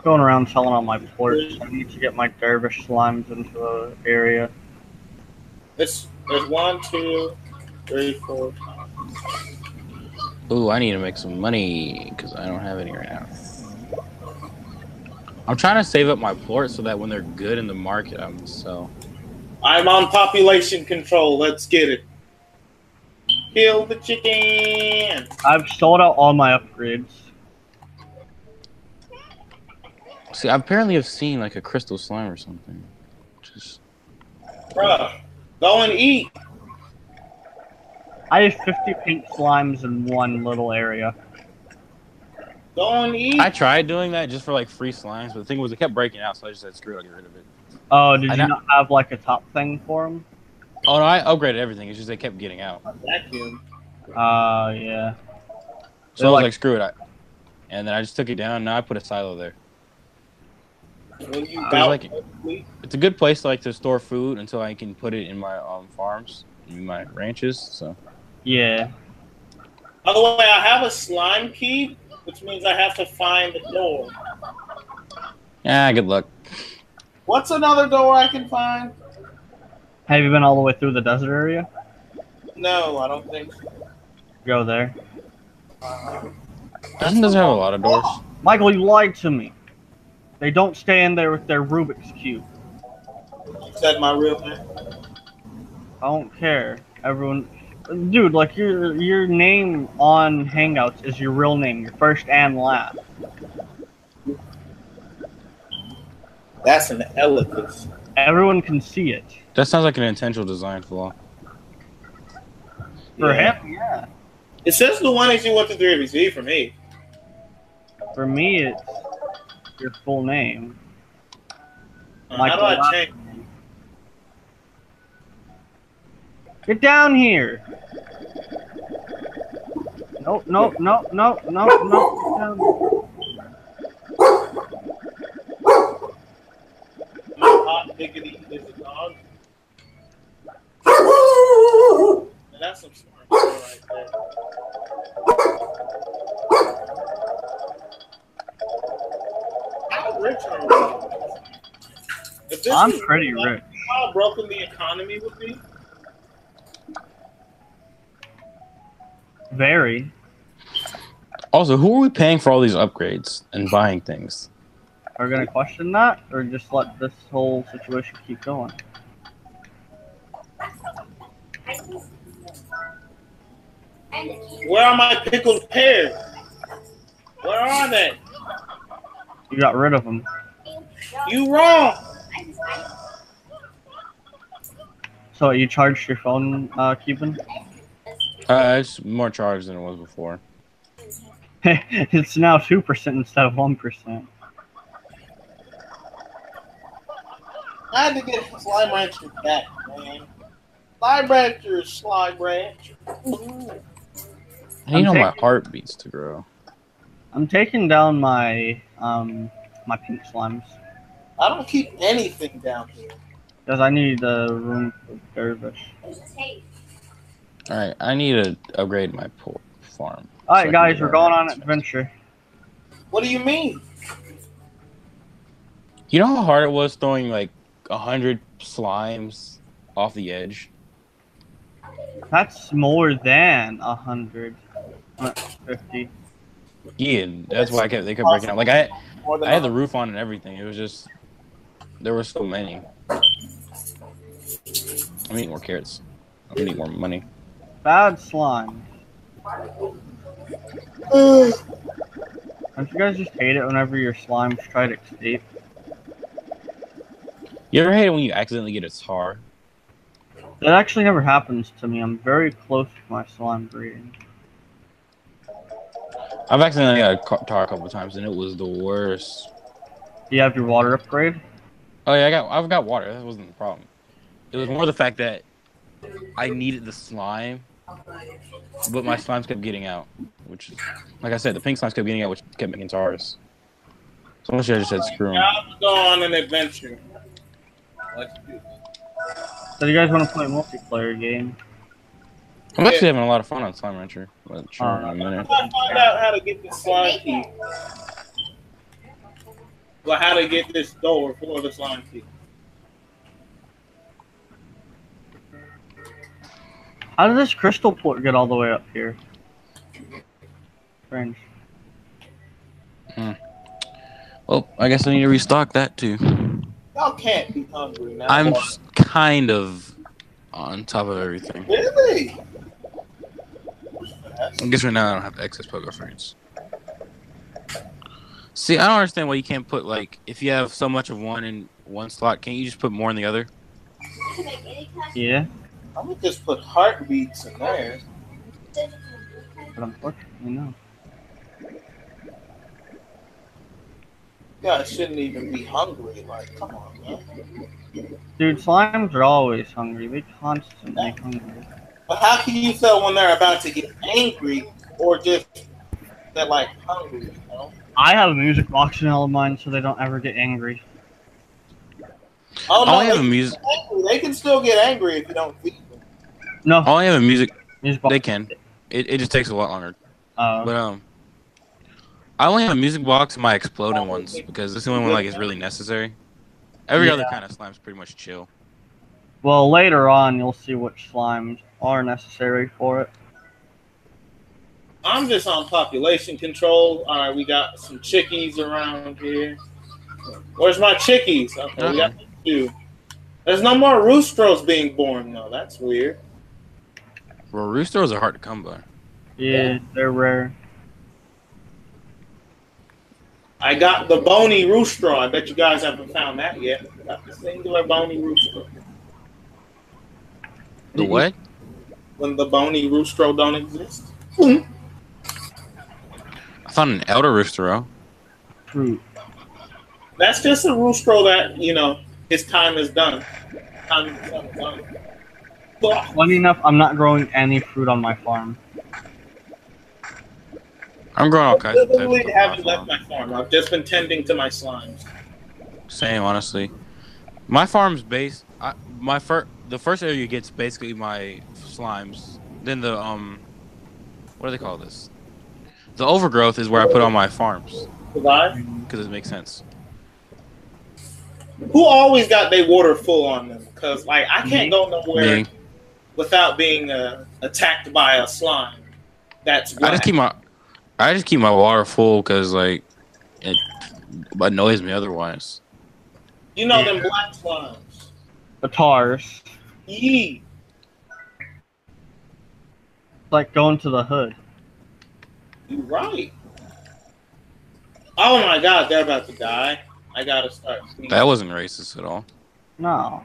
S2: Going around selling on my porch. I need to get my dervish slimes into the area.
S1: It's there's one, two, three, four.
S3: Ooh, I need to make some money because I don't have any right now. I'm trying to save up my plorts so that when they're good in the market, I'm so.
S1: I'm on population control. Let's get it. Kill the chicken.
S2: I've sold out all my upgrades.
S3: See, I apparently have seen like a crystal slime or something. Just
S1: Bruh, go and eat.
S2: I have 50 pink slimes in one little area.
S1: Go and eat.
S3: I tried doing that just for like free slimes, but the thing was it kept breaking out, so I just said screw it, I'll get rid of it.
S2: Oh, did
S3: I
S2: you
S3: know-
S2: not have like a top thing for them?
S3: Oh no, I upgraded everything. It's just they kept getting out.
S1: Vacuum.
S2: Uh, yeah. They're
S3: So I was
S2: like-
S3: like, screw it. I, and then I just took it down. And now I put a silo there.
S1: When you
S3: I
S1: bout-
S3: like it. It's a good place like to store food until I can put it in my um, farms, in my ranches. So
S2: Yeah.
S1: By the way, I have a slime key, which means I have to find a door.
S3: yeah, good luck.
S1: What's another door I can find?
S2: Have you been all the way through the desert area?
S1: No, I don't think. so.
S2: Go there.
S3: Doesn't doesn't have a lot of doors.
S2: Michael, you lied to me. They don't stand there with their Rubik's Cube.
S1: You said my real name.
S2: I don't care. Everyone. Dude, like your your name on Hangouts is your real name, your first and last.
S1: That's an eloquence.
S2: Everyone can see it.
S3: That sounds like an intentional design flaw.
S2: For
S1: Yeah.
S2: him, yeah.
S1: It says the one that you went to three ABC for me.
S2: For me, it's your full name.
S1: Uh,
S2: Like
S1: How do I
S2: what?
S1: change?
S2: Get down here. No, no, no, no, no, no.
S1: My hot diggity is a dog. And that's some smart shit right there. How rich are we? If this
S2: I'm
S1: was-
S2: pretty rich.
S1: How broken the economy would be?
S2: Very.
S3: Also, who are we paying for all these upgrades and buying things?
S2: Are we gonna question that, or just let this whole situation keep going?
S1: Where are my pickled pears? Where are they?
S2: You got rid of them.
S1: You wrong.
S2: So you charged your phone, uh, Cuban? <laughs>
S3: Uh, it's more charged than it was before.
S2: it's now two percent instead of one percent.
S1: I had to get Slime Rancher back, man. Slime Rancher is Slime Ranch.
S3: I need
S2: I'm
S3: all my
S2: taking-
S3: heartbeats to grow.
S2: I'm taking down my um my pink slimes
S1: I don't keep anything down here.
S2: because I need the room for dervish.
S3: All right, I need to upgrade my por- farm.
S2: All right,
S3: So I can
S2: guys,
S3: grow
S2: we're going
S3: my
S2: on an
S3: plants.
S2: adventure.
S1: What do you mean?
S3: You know how hard it was throwing like a hundred slimes off the edge.
S2: That's more than a hundred. Not Fifty.
S3: Yeah, and that's why I kept they kept breaking out. Like I,
S1: More than
S3: I had the
S1: not.
S3: roof on and everything. It was just there were so many. I need more carrots. I need more money.
S2: Bad slime.
S1: Ugh.
S2: Don't you guys just hate it whenever your slimes try to escape?
S3: You ever hate it when you accidentally get a tar?
S2: That actually never happens to me. I'm very close to my slime breeding.
S3: I've accidentally got a ca- tar a couple times and it was the worst.
S2: Do you have your water upgrade?
S3: Oh yeah, I got I've got water. That wasn't the problem. It was more the fact that I needed the slime, but my slimes kept getting out, which, like I said, the pink slimes kept getting out, which kept making tars. So much I just said screw 'em.
S1: Now go on an adventure. Let's do it.
S2: So you guys want to play a multiplayer game?
S3: I'm actually having a lot of fun on Slime Rancher, but sure
S2: Uh,
S3: in a minute.
S1: I find out how to get this slime key. Well, how to get this door for the slime key.
S2: How did this crystal port get all the way up here? Strange.
S3: Well, Oh, I guess I need to restock that too.
S1: Y'all can't be hungry now.
S3: I'm s- kind of on top of everything.
S1: really.
S3: I guess right now I don't have excess pogo fruits. See, I don't understand why you can't put like if you have so much of one in one slot, can't you just put more in the other?
S2: Yeah,
S1: I would just put heartbeats in there.
S2: but unfortunately, no.
S1: Yeah, I shouldn't even be hungry. Like, come on, man.
S2: Dude, slimes are always hungry. They constantly hungry.
S1: But how can you tell when they're about to get angry or just they're like hungry? You know?
S2: I have a music box in all of mine, so they don't ever get angry.
S1: Oh
S3: All I
S1: no,
S3: have a
S1: they,
S3: music.
S1: angry. they can still get angry if you don't feed them.
S2: No,
S3: All I have a music.
S2: music box.
S3: Oh, They can. It, it just takes a lot longer.
S2: Uh,
S3: But um, I only have a music box and my exploding ones because this is the only one like is really necessary. Every other kind of slime's pretty much chill.
S2: well, later on, you'll see which slimes are necessary for it.
S1: I'm just on population control. All right, we got some chickies around here. Where's my chickies? Okay, we got two. There's no more roosters being born though. That's weird.
S3: Well, roosters are hard to come by.
S2: Yeah, they're rare.
S1: I got the bony rooster. I bet you guys haven't found that yet. Got the singular bony rooster.
S3: The what?
S1: When the bony rooster don't exist.
S3: I found an elder rooster. Oh,
S2: Fruit.
S1: That's just a rooster that you know his time is done. Time is done. done. Fuck.
S2: Funny enough, I'm not growing any fruit on my farm.
S3: I'm growing all
S1: I
S3: kinds of types of
S1: literally
S3: stuff.
S1: haven't
S3: on my
S1: left
S3: farm.
S1: my farm. I've just been tending to my slimes.
S3: Same, honestly. My farm's based. I, my fir- the first area you get's basically my slimes. Then the um, what do they call this? The overgrowth is where I put all my farms
S1: Survive.
S3: because it makes sense.
S1: Who always got their water full on them? Because like I can't go nowhere
S3: Me.
S1: without being uh, attacked by a slime. That's
S3: I
S1: black.
S3: just keep my I just keep my water full because like it annoys me otherwise.
S1: you know them black slimes.
S2: The tars.
S1: Yee.
S2: It's like going to the hood.
S1: You right. Oh my god, they're about to die. I gotta start. feeding.
S3: That wasn't racist at all.
S2: No.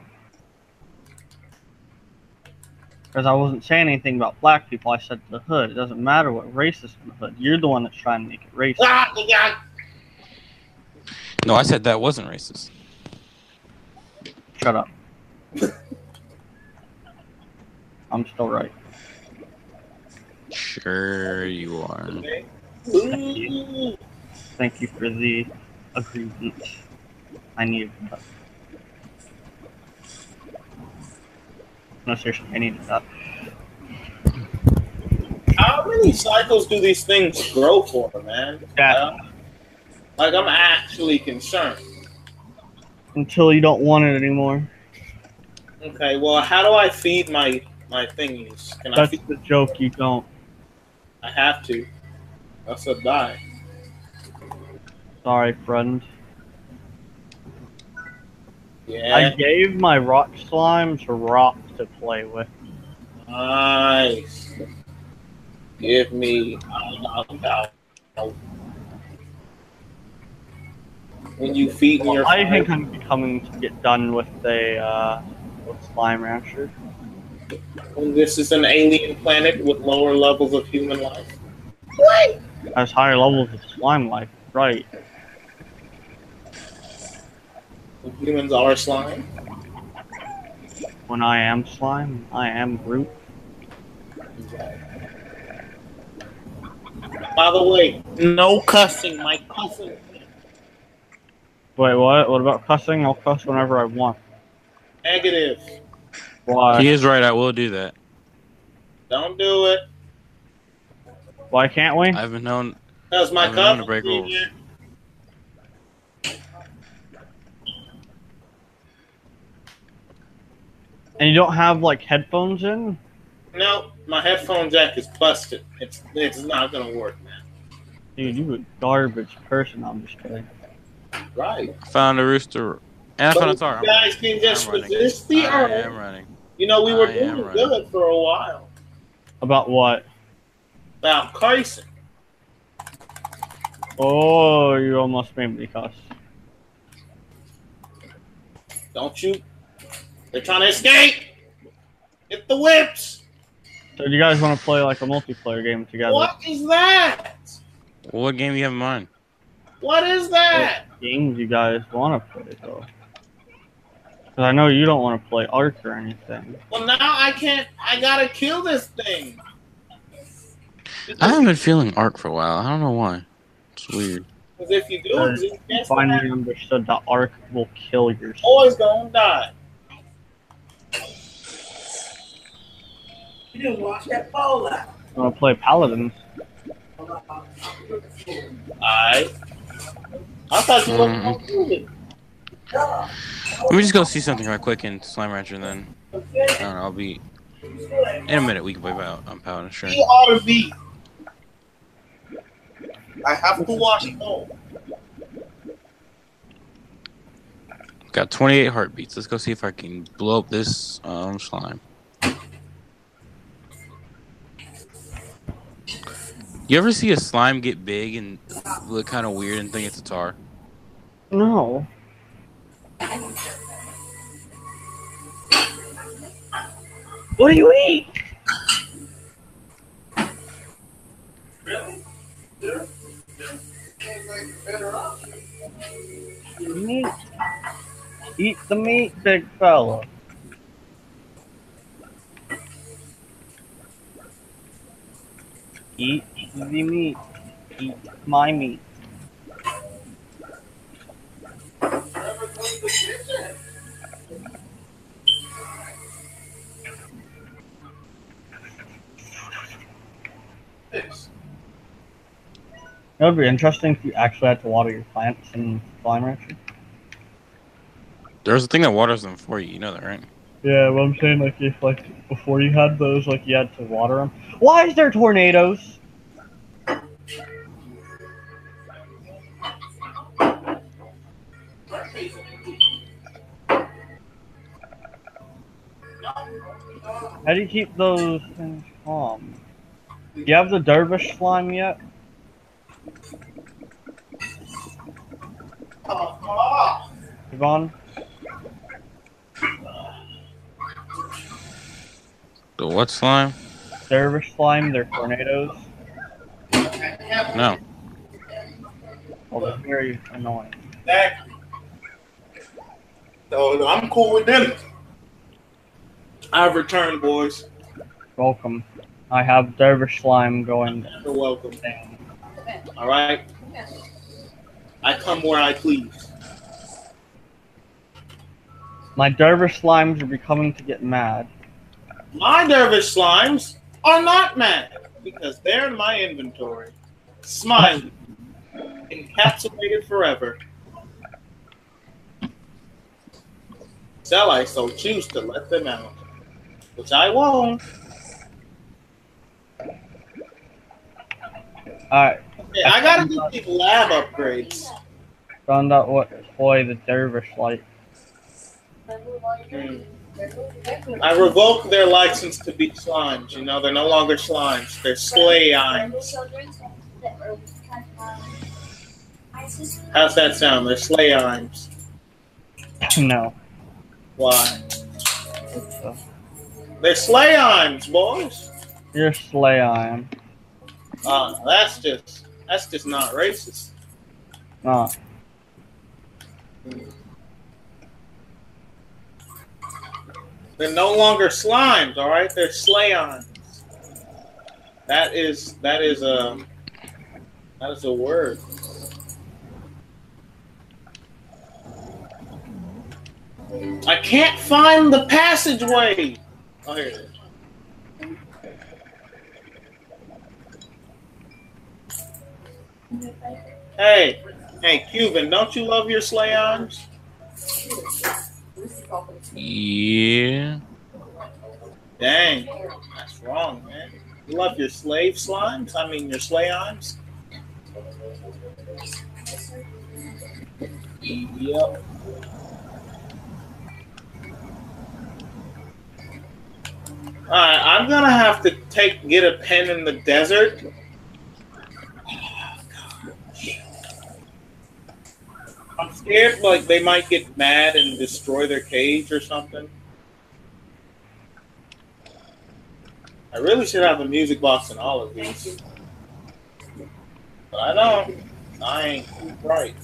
S2: Because I wasn't saying anything about black people. I said the hood. It doesn't matter what race is in the hood. You're the one that's trying to make it
S1: <laughs>
S2: racist.
S1: Ah, they got-
S3: No, I said that wasn't racist.
S2: Shut up. I'm still right.
S3: Sure you are.
S1: Okay. Ooh.
S2: Thank you for the agreement. I needed that. No, seriously, I needed that.
S1: How many cycles do these things grow for, man?
S2: Yeah.
S1: Uh, like I'm actually concerned.
S2: Until you don't want it anymore.
S1: Okay, well, how do I feed my my thingies? Can I
S2: That's
S1: feed?
S2: the joke. You don't.
S1: I have to. That's a die.
S2: Sorry, friend. I
S1: Yeah.
S2: gave my rock slime to Rock to play with.
S1: Nice. Give me. I don't know. When you feed me your.
S2: I think I'm coming to get done with the uh, with slime rancher.
S1: when this is an alien planet with lower levels of human life.
S2: Has higher levels of slime life, right?
S1: When humans are slime.
S2: When I am slime, I am Groot.
S1: By the way, no cussing. My cussing.
S2: Wait, what? What about cussing? I'll cuss whenever I want.
S1: Negative.
S2: Why?
S3: He is right. I will do that.
S1: Don't do it.
S2: Why can't we?
S3: I've been known.
S1: Cause my
S3: I'm known to
S1: cousin
S3: break
S1: did
S3: rules.
S1: it.
S2: And you don't have like headphones in?
S1: No, my headphone jack is busted. It's it's not gonna work, man.
S2: Dude, you a garbage person. I'm just kidding.
S1: Right.
S3: I found a rooster, and I found a
S1: But
S3: tar.
S1: you guys can just
S3: I'm running.
S1: resist the
S3: I am
S1: urge.
S3: running.
S1: You know, we were
S3: I am
S1: doing
S3: running.
S1: good for a while.
S2: About what?
S1: About Carson.
S2: Oh, you almost made me cuss.
S1: Don't you? They're trying to escape! Get the whips!
S2: So do you guys want to play like a multiplayer game together?
S1: What is that?
S3: What game do you have in mind?
S1: What is that?
S2: Games you guys want to play though? Because I know you don't want to play Ark or anything.
S1: Well, now I can't. I gotta kill this thing.
S3: I haven't been feeling arc for a while. I don't know why. It's weird.
S1: Because if you do
S2: Uh,
S1: it, you
S2: You
S1: can't
S2: finally understood that Ark will kill your
S5: Oh.
S1: Boy's gonna die.
S6: You didn't wash that bowl out.
S2: You want to play Paladins?
S1: I. I thought you wasn't
S3: Mm.
S1: gonna do it.
S3: Let me just go see something right quick in Slime Rancher, and then I don't know. I'll be in a minute. We can play out. I'm Paladin, sure.
S1: He ought to be. I have to watch it Oh, all.
S3: Got 28 heartbeats. Let's go see if I can blow up this um slime. You ever see a slime get big and look kind of weird and think it's a tar?
S2: No. What do you eat? Meat. Eat the meat, big fella. Eat the meat. Eat my meat. That would be interesting if you actually had to water your plants in slime rancher.
S3: There's a thing that waters them for you. You know that, right?
S2: Yeah, well, I'm saying like if like before you had those, like you had to water them. Why is there tornadoes? How do you keep those things calm? Do you have the dervish slime yet?
S1: Uh-huh.
S2: Yvonne?
S3: The what slime?
S2: dervish slime, they're tornadoes.
S3: No.
S2: Well, they're very annoying.
S1: Exactly. Oh, No, no, I'm cool with them. I've returned, boys.
S2: Welcome. I have dervish slime going
S1: You're welcome.
S2: down.
S1: All right. I come where I please.
S2: My dervish slimes are becoming to get mad.
S1: My dervish slimes are not mad because they're in my inventory, smiling, encapsulated forever. Shall I so choose to let them out? Which I won't.
S2: Alright,
S1: Hey, I gotta do these lab upgrades.
S2: Found out what toy the dervish like. <laughs>
S1: I revoke their license to be slimes. You know, they're no longer slimes. They're slayimes. How's that sound? They're slayimes.
S2: no.
S1: Why? They're slayimes, boys.
S2: You're slay iron.
S1: Uh, that's just that's just not racist.
S2: Not.
S1: They're no longer slimes, all right? They're slayons. That is that is a that is a word. I can't find the passageway. Oh, here it is. Hey, hey, Cuban, don't you love your slayons?
S3: Yeah.
S1: Dang, that's wrong, man. You love your slave slimes? I mean, your slayons? Yep. Alright, I'm gonna have to take get a pen in the desert. I'm scared like they might get mad and destroy their cage or something. I really should have a music box in all of these. But I don't. I ain't right.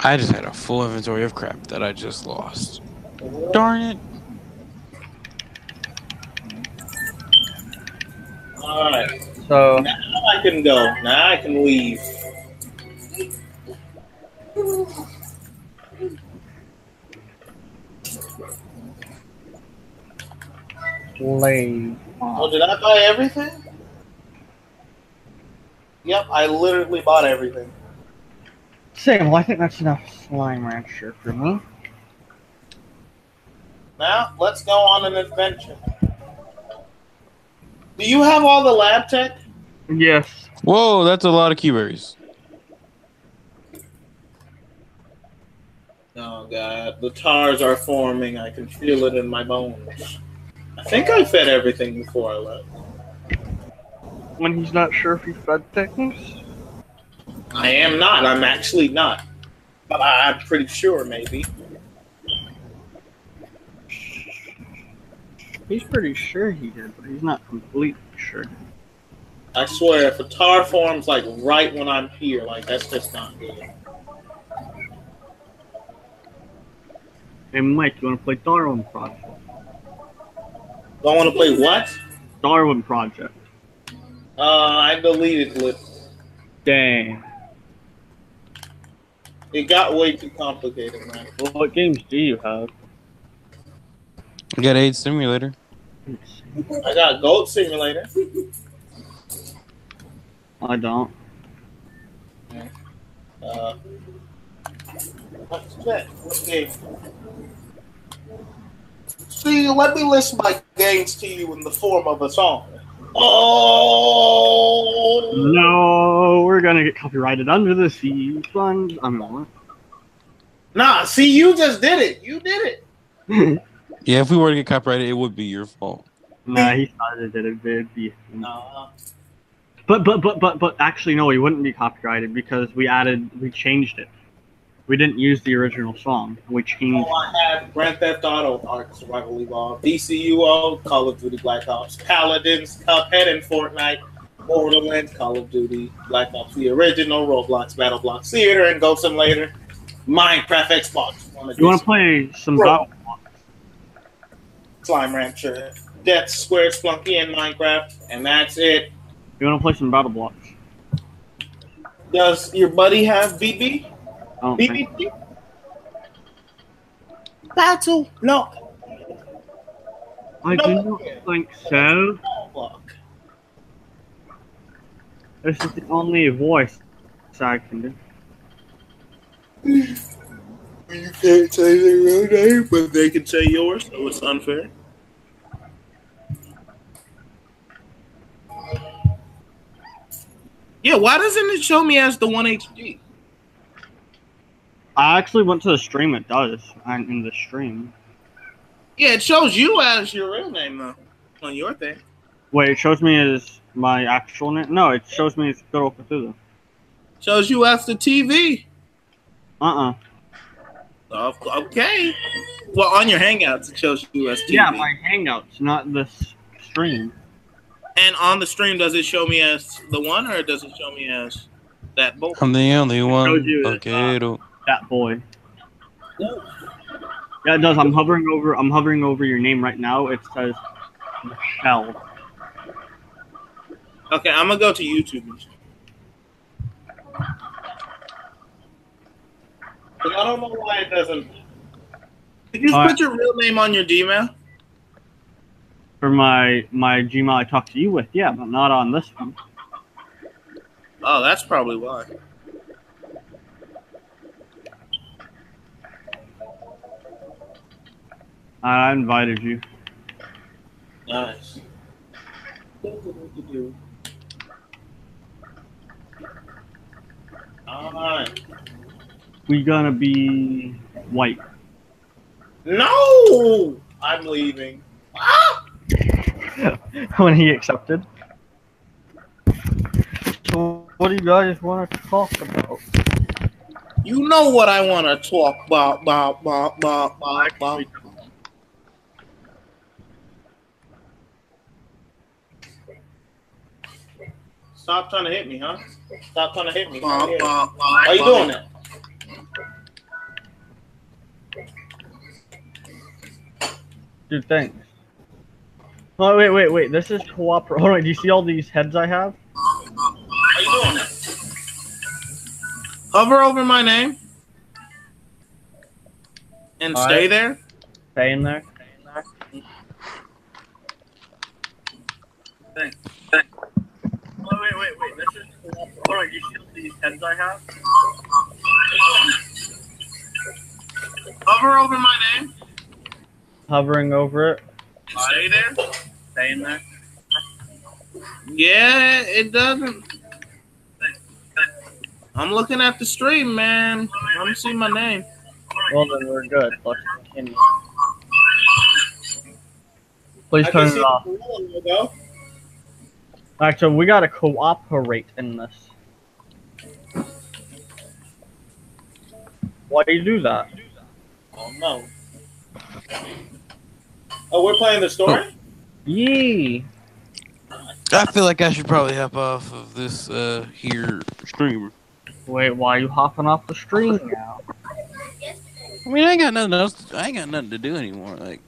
S3: I just had a full inventory of crap that I just lost. Darn it.
S1: Alright.
S2: So,
S1: Now I can go. Now I can leave.
S2: slay.
S1: Oh, did I buy everything? Yep, I literally bought everything.
S2: Say, well, I think that's enough slime rancher for me.
S1: Now, let's go on an adventure. Do you have all the lab tech?
S2: Yes.
S3: Whoa, that's a lot of keyberries.
S1: Oh god, the tars are forming. I can feel it in my bones. I think I fed everything before I left.
S2: When he's not sure if he fed things?
S1: I am not. I'm actually not. But I, I'm pretty sure, maybe.
S2: He's pretty sure he did, but he's not completely sure.
S1: I swear, if a tar forms like right when I'm here, like that's just not good.
S2: Hey, Mike, you want to play Darwin Project?
S1: Do I want to play what?
S2: Darwin Project.
S1: Uh, I deleted it.
S2: Dang.
S1: It got way too complicated, man.
S2: Well, what games do you have?
S3: I got Aid Simulator.
S2: Let's see.
S1: I got Goat Simulator.
S2: I don't.
S1: Uh, what's that? What game? See, let me list my games to you in the form of a song. Oh
S2: No, we're gonna get copyrighted under the sea fund. I'm not. <laughs>
S1: Nah, see, you just did it. You did it.
S3: Yeah, if we were to get copyrighted, it would be your fault.
S2: nah, he started it. It would be.
S1: Nah.
S2: But but but but but actually, no, he wouldn't be copyrighted because we added, we changed it. We didn't use the original song. We
S1: Oh,
S2: changed.
S1: I have Grand Theft Auto, Ark Survival Evolved, DCUO, Call of Duty Black Ops, Paladins, Cuphead and Fortnite, Borderlands, Call of Duty, Black Ops, the original, Roblox, Battle Block Theater, and Go Simulator, Minecraft, Xbox. One
S2: You
S1: Edition,
S2: want to play some
S1: Bro.
S2: Battle?
S1: Slime Rancher, Death Square, Splunky, and Minecraft, and that's it.
S2: You want to play some Battle Blocks?
S1: Does your buddy have BB?
S2: I don't think.
S1: BB? Battle. No.
S2: I do not think so.
S1: Block.
S2: This is the only voice I can do.
S1: You can't say their real name, but they can say yours, so it's unfair. Yeah, why doesn't it show me as the one HD?
S2: I actually went to the stream. It does I'm in the stream.
S1: Yeah, it shows you as your real name though on your thing.
S2: Wait, it shows me as my actual name. No, it shows me as good old Cthulhu.
S1: Shows you as the TV.
S2: Uh uh
S1: Oh, okay. Well, on your Hangouts, it shows you as TV.
S2: Yeah, my Hangouts, not this stream.
S1: and on the stream, does it show me as the one, or does it show me as that boy?
S3: I'm the only one.
S2: you that,
S3: Okay. though.
S2: That boy. Yeah, it does. I'm hovering over. I'm hovering over your name right now. It says Michelle.
S1: Okay, I'm gonna go to YouTube. and check. 'Cause I don't know why it doesn't. Did you
S2: All
S1: put
S2: right.
S1: your real name on your Gmail?
S2: For my my Gmail, I talked to you with. Yeah, but not on this one.
S1: Oh, that's probably why.
S2: I invited you.
S1: Nice. All right.
S2: We gonna be white.
S1: No, I'm leaving. Ah!
S2: <laughs> when he accepted. So, what do you guys want to talk about?
S1: You know what I want to talk about, about, about, about, about, about. Stop trying to hit me, huh? Stop trying to hit me. Bah, bah, bah, Why you doing that?
S2: Dude, thanks. Oh wait, wait, wait. This is <laughs> cooper. All right, do you see all these heads I have?
S1: Why you doing that? Hover over my name and
S2: All
S1: stay
S2: right.
S1: there.
S2: Stay in there.
S1: Oh, wait, wait, wait. This is
S2: All right, you see all these heads I have?
S1: hover over my name.
S2: Hovering over it.
S1: and Stay there.
S2: Stay in there.
S1: Yeah, it doesn't. I'm looking at the stream, man. I don't see my name.
S2: Well, then we're good. Let's continue. Please
S1: I can
S2: turn it
S1: see
S2: off.
S1: the Gorilla logo.
S2: Alright, so we gotta cooperate in this. Why do you do that?
S1: Oh no. Oh, we're playing the story.
S2: Yee!
S5: I feel like I should probably hop off of this uh here streamer.
S2: Wait, why are you hopping off the stream now?
S5: I mean, I ain't got nothing else. I ain't got nothing to do anymore. Like,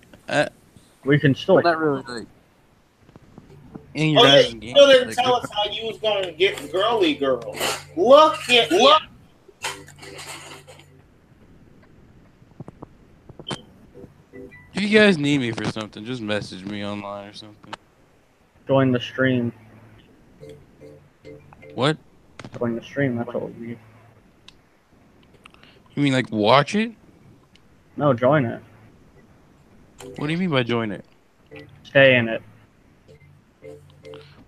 S2: We can still.
S5: not really like in
S1: Oh,
S5: your
S1: yeah,
S5: guys'
S1: you
S5: game.
S1: still didn't
S5: Like,
S1: tell us how you was gonna get girly girl. Look at look.
S5: If you guys need me for something, just message me online or something.
S2: Join the stream.
S5: What?
S2: Join the stream, that's what we need.
S5: You mean like watch it?
S2: No, join it.
S5: What do you mean by join it?
S2: Stay in it.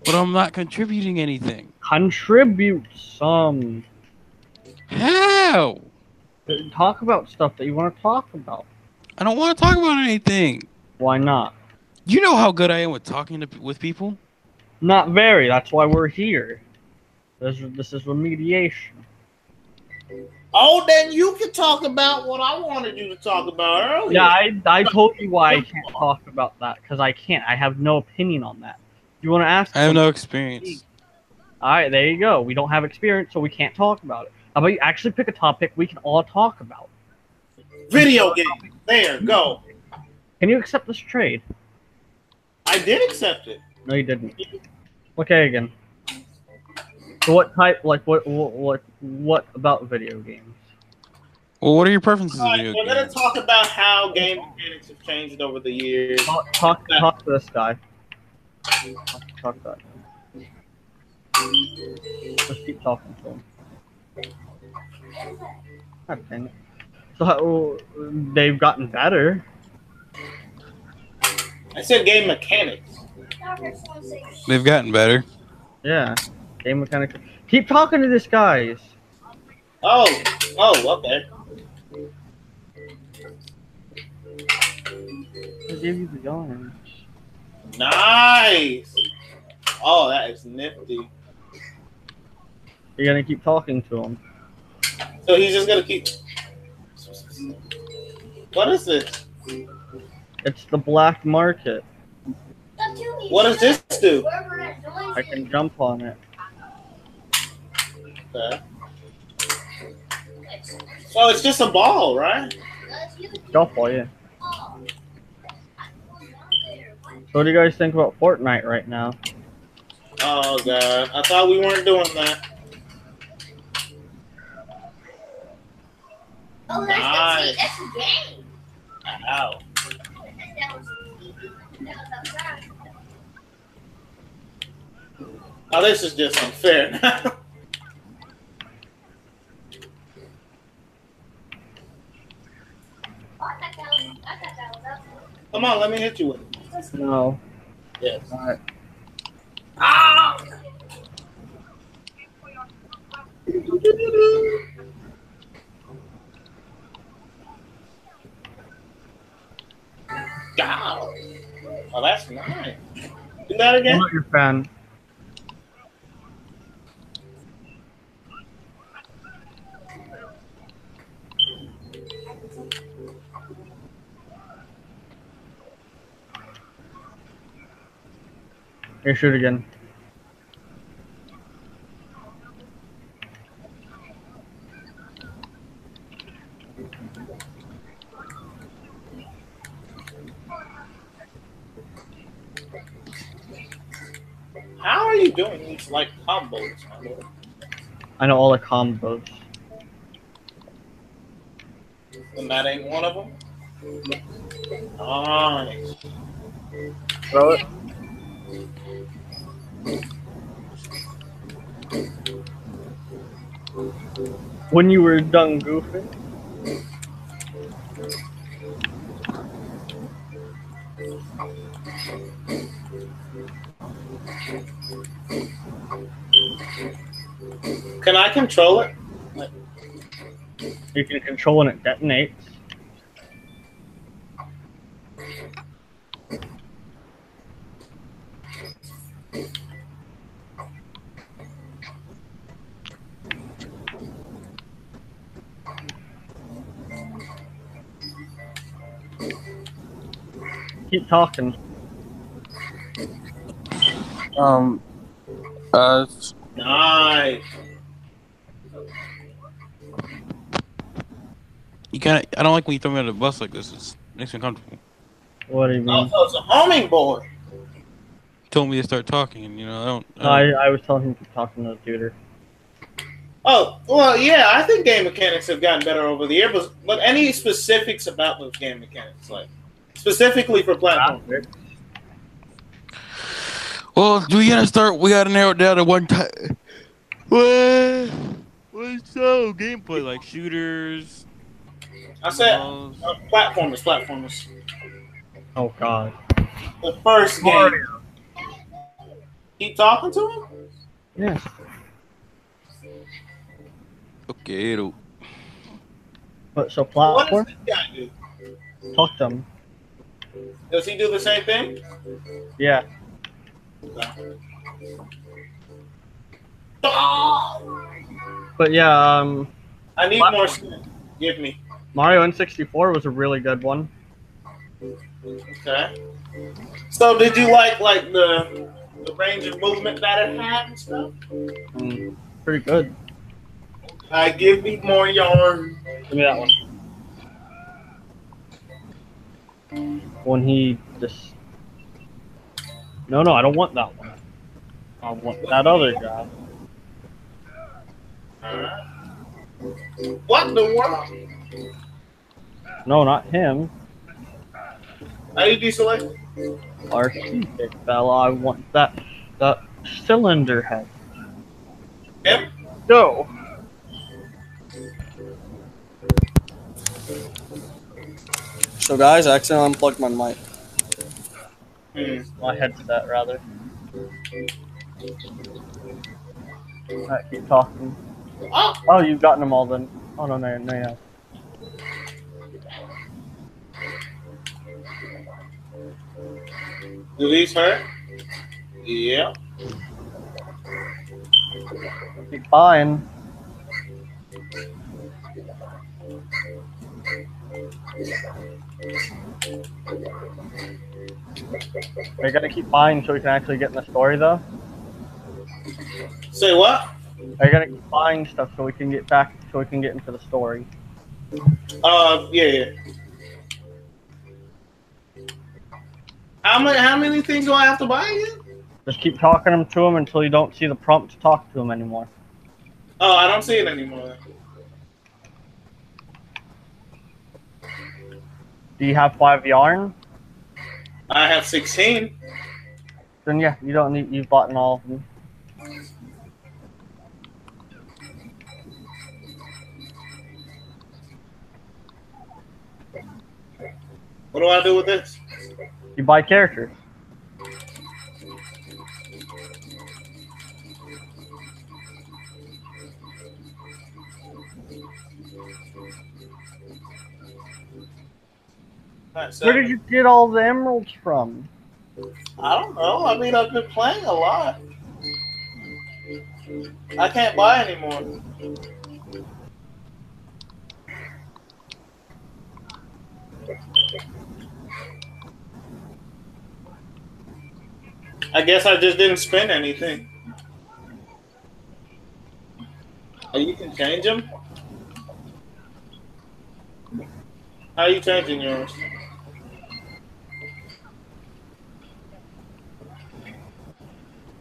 S5: But I'm not contributing anything.
S2: Contribute some.
S5: How?
S2: Talk about stuff that you wanna talk about.
S5: I don't want to talk about anything.
S2: Why not?
S5: You know how good I am with talking to with people.
S2: Not very, that's why we're here. This, this is remediation.
S1: Oh, then you can talk about what I wanted you to talk about earlier.
S2: Yeah, I, I told you why I can't talk about that because I can't. I have no opinion on that. You want to ask?
S5: I have no experience.
S2: All right, there you go. We don't have experience, so we can't talk about it. How about you actually pick a topic we can all talk about?
S1: Video game. There, go.
S2: Can you accept this trade?
S1: I did accept it.
S2: No, you didn't. Okay, again. So what type? Like what? What? What, what about video games?
S5: Well, what are your preferences
S1: All
S5: in
S1: right,
S5: video
S1: we're gonna
S5: games?
S1: talk about how game mechanics have changed over the years.
S2: Talk, talk, talk to this guy. Talk, talk to that. Just keep talking to him. God dang it. So how, well, they've gotten better.
S1: I said game mechanics.
S5: They've gotten better.
S2: Yeah. Game mechanics. Keep talking to this guy.
S5: Oh, oh, okay.
S2: I gave you the gun.
S5: Nice. Oh, that is nifty.
S2: You're gonna keep talking to him.
S5: So he's just gonna keep. What is this?
S2: It's the black market.
S5: What does this do?
S2: I can jump on it.
S5: Okay. So it's just a ball, right?
S2: Jump on you. So what do you guys think about Fortnite right now?
S5: Oh god, I thought we weren't doing that.
S7: Oh, that's
S5: Nice.
S7: that's a game.
S5: Ow. Oh, this is just unfair.
S1: <laughs>
S5: Come on, let me hit you with it.
S2: No.
S5: Yes. Ow! Oh, that's nice. Do that
S2: I'm
S5: again.
S2: not your fan. Here, shoot again.
S5: How are you doing these like combos? my lord?
S2: I know all the combos.
S5: And that ain't one of them. Nice.
S2: Throw it. When you were done goofing.
S5: Can I control it?
S2: You can control when it detonates. Keep talking.
S3: Um, uh,
S5: Nice.
S3: you kind of. I don't like when you throw me under the bus like this. It's makes me uncomfortable.
S2: What do you
S5: Oh,
S2: mean?
S5: so it's a homing board.
S3: You told me to start talking, and you know I don't. I
S2: No,
S3: don't-
S2: I, I was telling him to talk to the tutor.
S5: Oh, well, yeah, I think game mechanics have gotten better over the year, but, but any specifics about those game mechanics, like specifically for platform?
S3: Well, we gotta start. We gotta narrow it down to one type. What? What's so gameplay like shooters?
S5: I said uh,
S3: balls.
S5: platformers, platformers.
S2: Oh God.
S5: The first game.
S2: Mario.
S5: Keep talking to him?
S2: Yes.
S3: Okay, it'll.
S2: But so
S5: What does
S2: platform,
S5: this guy do?
S2: talk to him.
S5: Does he do the same thing?
S2: Yeah.
S5: Oh,
S2: But yeah, um,
S5: I need
S2: Platform.
S5: more skin. Give me.
S2: Mario N64 was a really good one.
S5: Okay. So did you like like the the range of movement that it had and stuff?
S2: Mm, pretty good.
S5: I give me more yarn.
S2: Give me that one. When he just. No, no, I don't want that one. I want that other guy.
S5: What in the world?
S2: No, not him.
S5: How do you deselect?
S2: Artistic fella, I want that that cylinder head.
S5: Yep.
S2: No. So guys, I accidentally unplugged my mic.
S5: Hmm.
S2: My headset rather. Alright, keep talking.
S5: Oh,
S2: Oh, you've gotten them all then. Oh, no, no, no, yeah.
S5: do these hurt? Yeah.
S2: Keep buying. Are you gonna keep buying until you can actually get in the story, though?
S5: Say what?
S2: Are you gonna keep buying stuff so we can get back, so we can get into the story?
S5: Uh, yeah, yeah. How many, how many things do I have to buy again?
S2: Just keep talking them to them until you don't see the prompt to talk to them anymore.
S5: Oh, I don't see it anymore.
S2: Do you have five yarn?
S5: I have 16.
S2: Then yeah, you don't need. You've bought all of them.
S5: What do I do with this?
S2: You buy characters.
S5: Alright, so-
S2: Where did you get all the emeralds from?
S5: I don't know. I mean, I've been playing a lot. I can't buy anymore. I guess I just didn't spend anything. Oh, you can change them? How are you changing yours?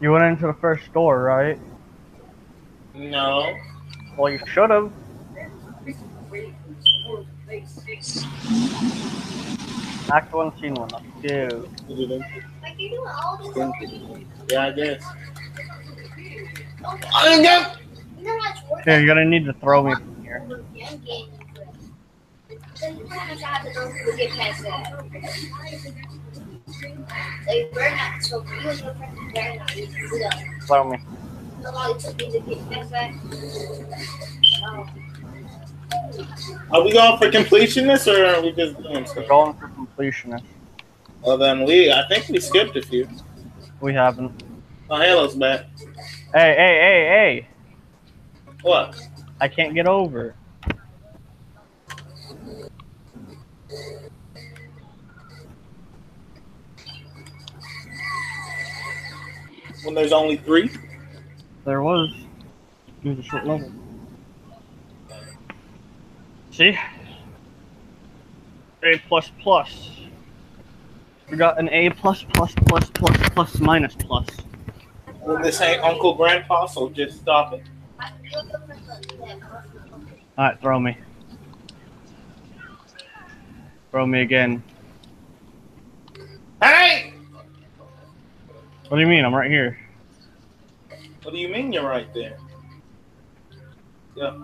S2: You went into the first store, right?
S5: No.
S2: Well, you should have. Act one, scene one. Let's go.
S5: Yeah, I guess. I didn't get.
S2: Here, you're gonna need to throw me from here. Throw me.
S5: Are we going for completionists or are we just doing
S2: We're
S5: stuff?
S2: going for completionist.
S5: Well, then we. I think we skipped a few.
S2: We haven't.
S5: Oh, Halo's back.
S2: Hey, hey, hey, hey!
S5: What?
S2: I can't get over.
S5: When there's only three?
S2: There was. It was a short level. See? A plus plus. We got an A plus plus plus plus plus minus plus.
S5: When this ain't Uncle Grandpa, so just stop it.
S2: Alright, throw me. Throw me again.
S5: Hey!
S2: What do you mean? I'm right here.
S5: What do you mean you're right there? Yeah.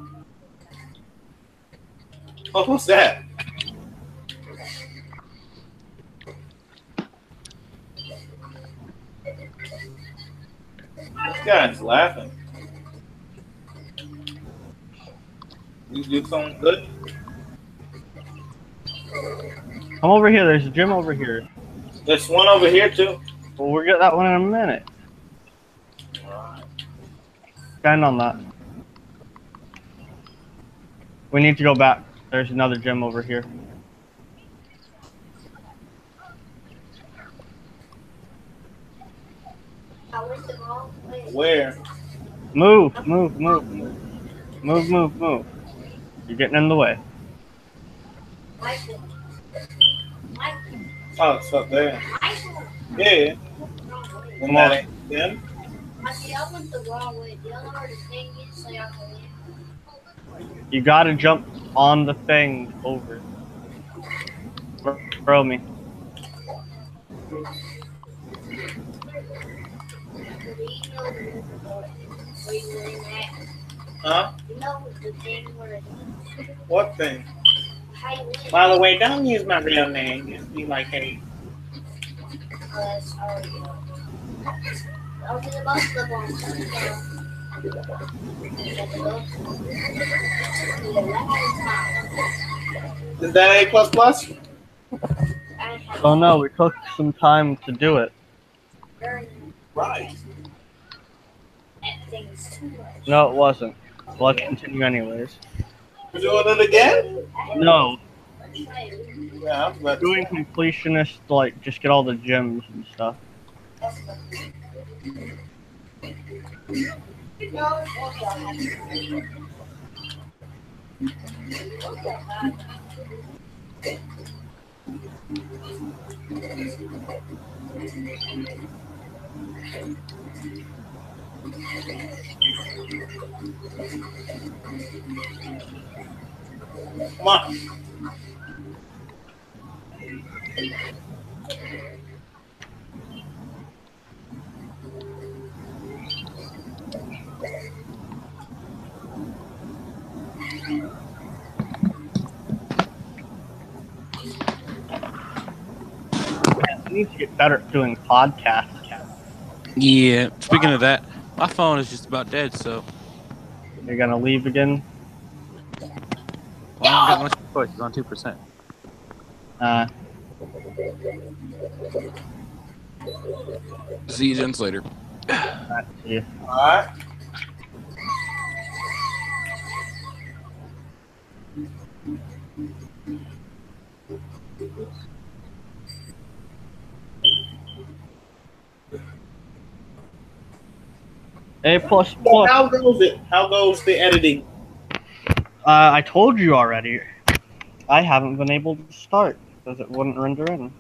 S5: Oh, who's that? This guy's laughing. You do something good?
S2: I'm over here. There's a gym over here.
S5: There's one over here too.
S2: Well, we'll get that one in a minute. Stand on that. We need to go back. There's another gym over here.
S5: Where?
S2: Move, move, move, move. Move, move, move. You're getting in the way.
S5: Oh, it's up there. Yeah. When that ain't them.
S2: You gotta jump on the thing over. Throw me.
S5: Huh? What thing?
S7: Wow.
S5: By the way, don't use my real name. Just be like, hey.
S7: I was about to the ball.
S5: Is that A plus plus?
S2: Oh no, we took some time to do it.
S7: Right.
S2: No, it wasn't. Let's continue anyways.
S5: We're doing it again?
S2: No,
S5: Yeah, I'm glad.
S2: doing completionist like just get all the gems and stuff.
S5: Come on.
S2: We need to get better at doing podcasts.
S3: Yeah. Speaking of that, my phone is just about dead. So
S2: You're gonna leave again?
S3: well, I don't got much choice. It's on two percent.
S2: Uh,
S8: See you gents later.
S2: not to you.
S5: All right.
S2: A plus
S5: So
S2: plus. Uh,
S5: how goes it? How goes the editing?
S2: Uh, I told you already. I haven't been able to start because it wouldn't render in.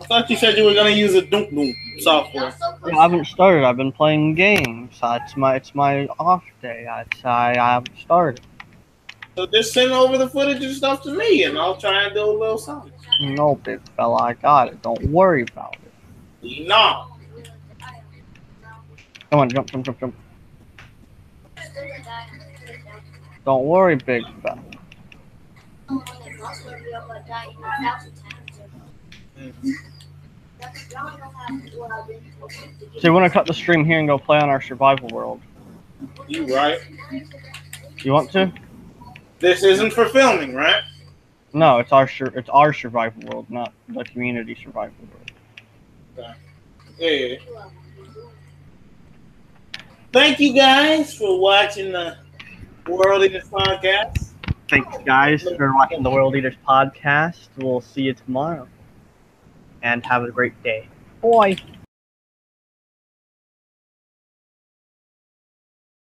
S5: I thought you said you were gonna use a Doom Doom software.
S2: I haven't started. I've been playing games. Uh, It's my it's my off day. I I, I haven't started.
S5: So just send over the footage and stuff to me, and I'll try and do a little something.
S2: No, big fella, I got it. Don't worry about it.
S5: No.
S2: Come on, jump, jump, jump, jump. Don't worry, big fella. So you want to cut the stream here and go play on our survival world?
S5: You right.
S2: You want to?
S5: This isn't for filming, right?
S2: No, it's our sur- it's our survival world, not the community survival world.
S5: Yeah. Thank you guys for watching the World Eaters podcast.
S2: Thanks, guys, for watching the World Eaters podcast. We'll see you tomorrow, and have a great day. Bye.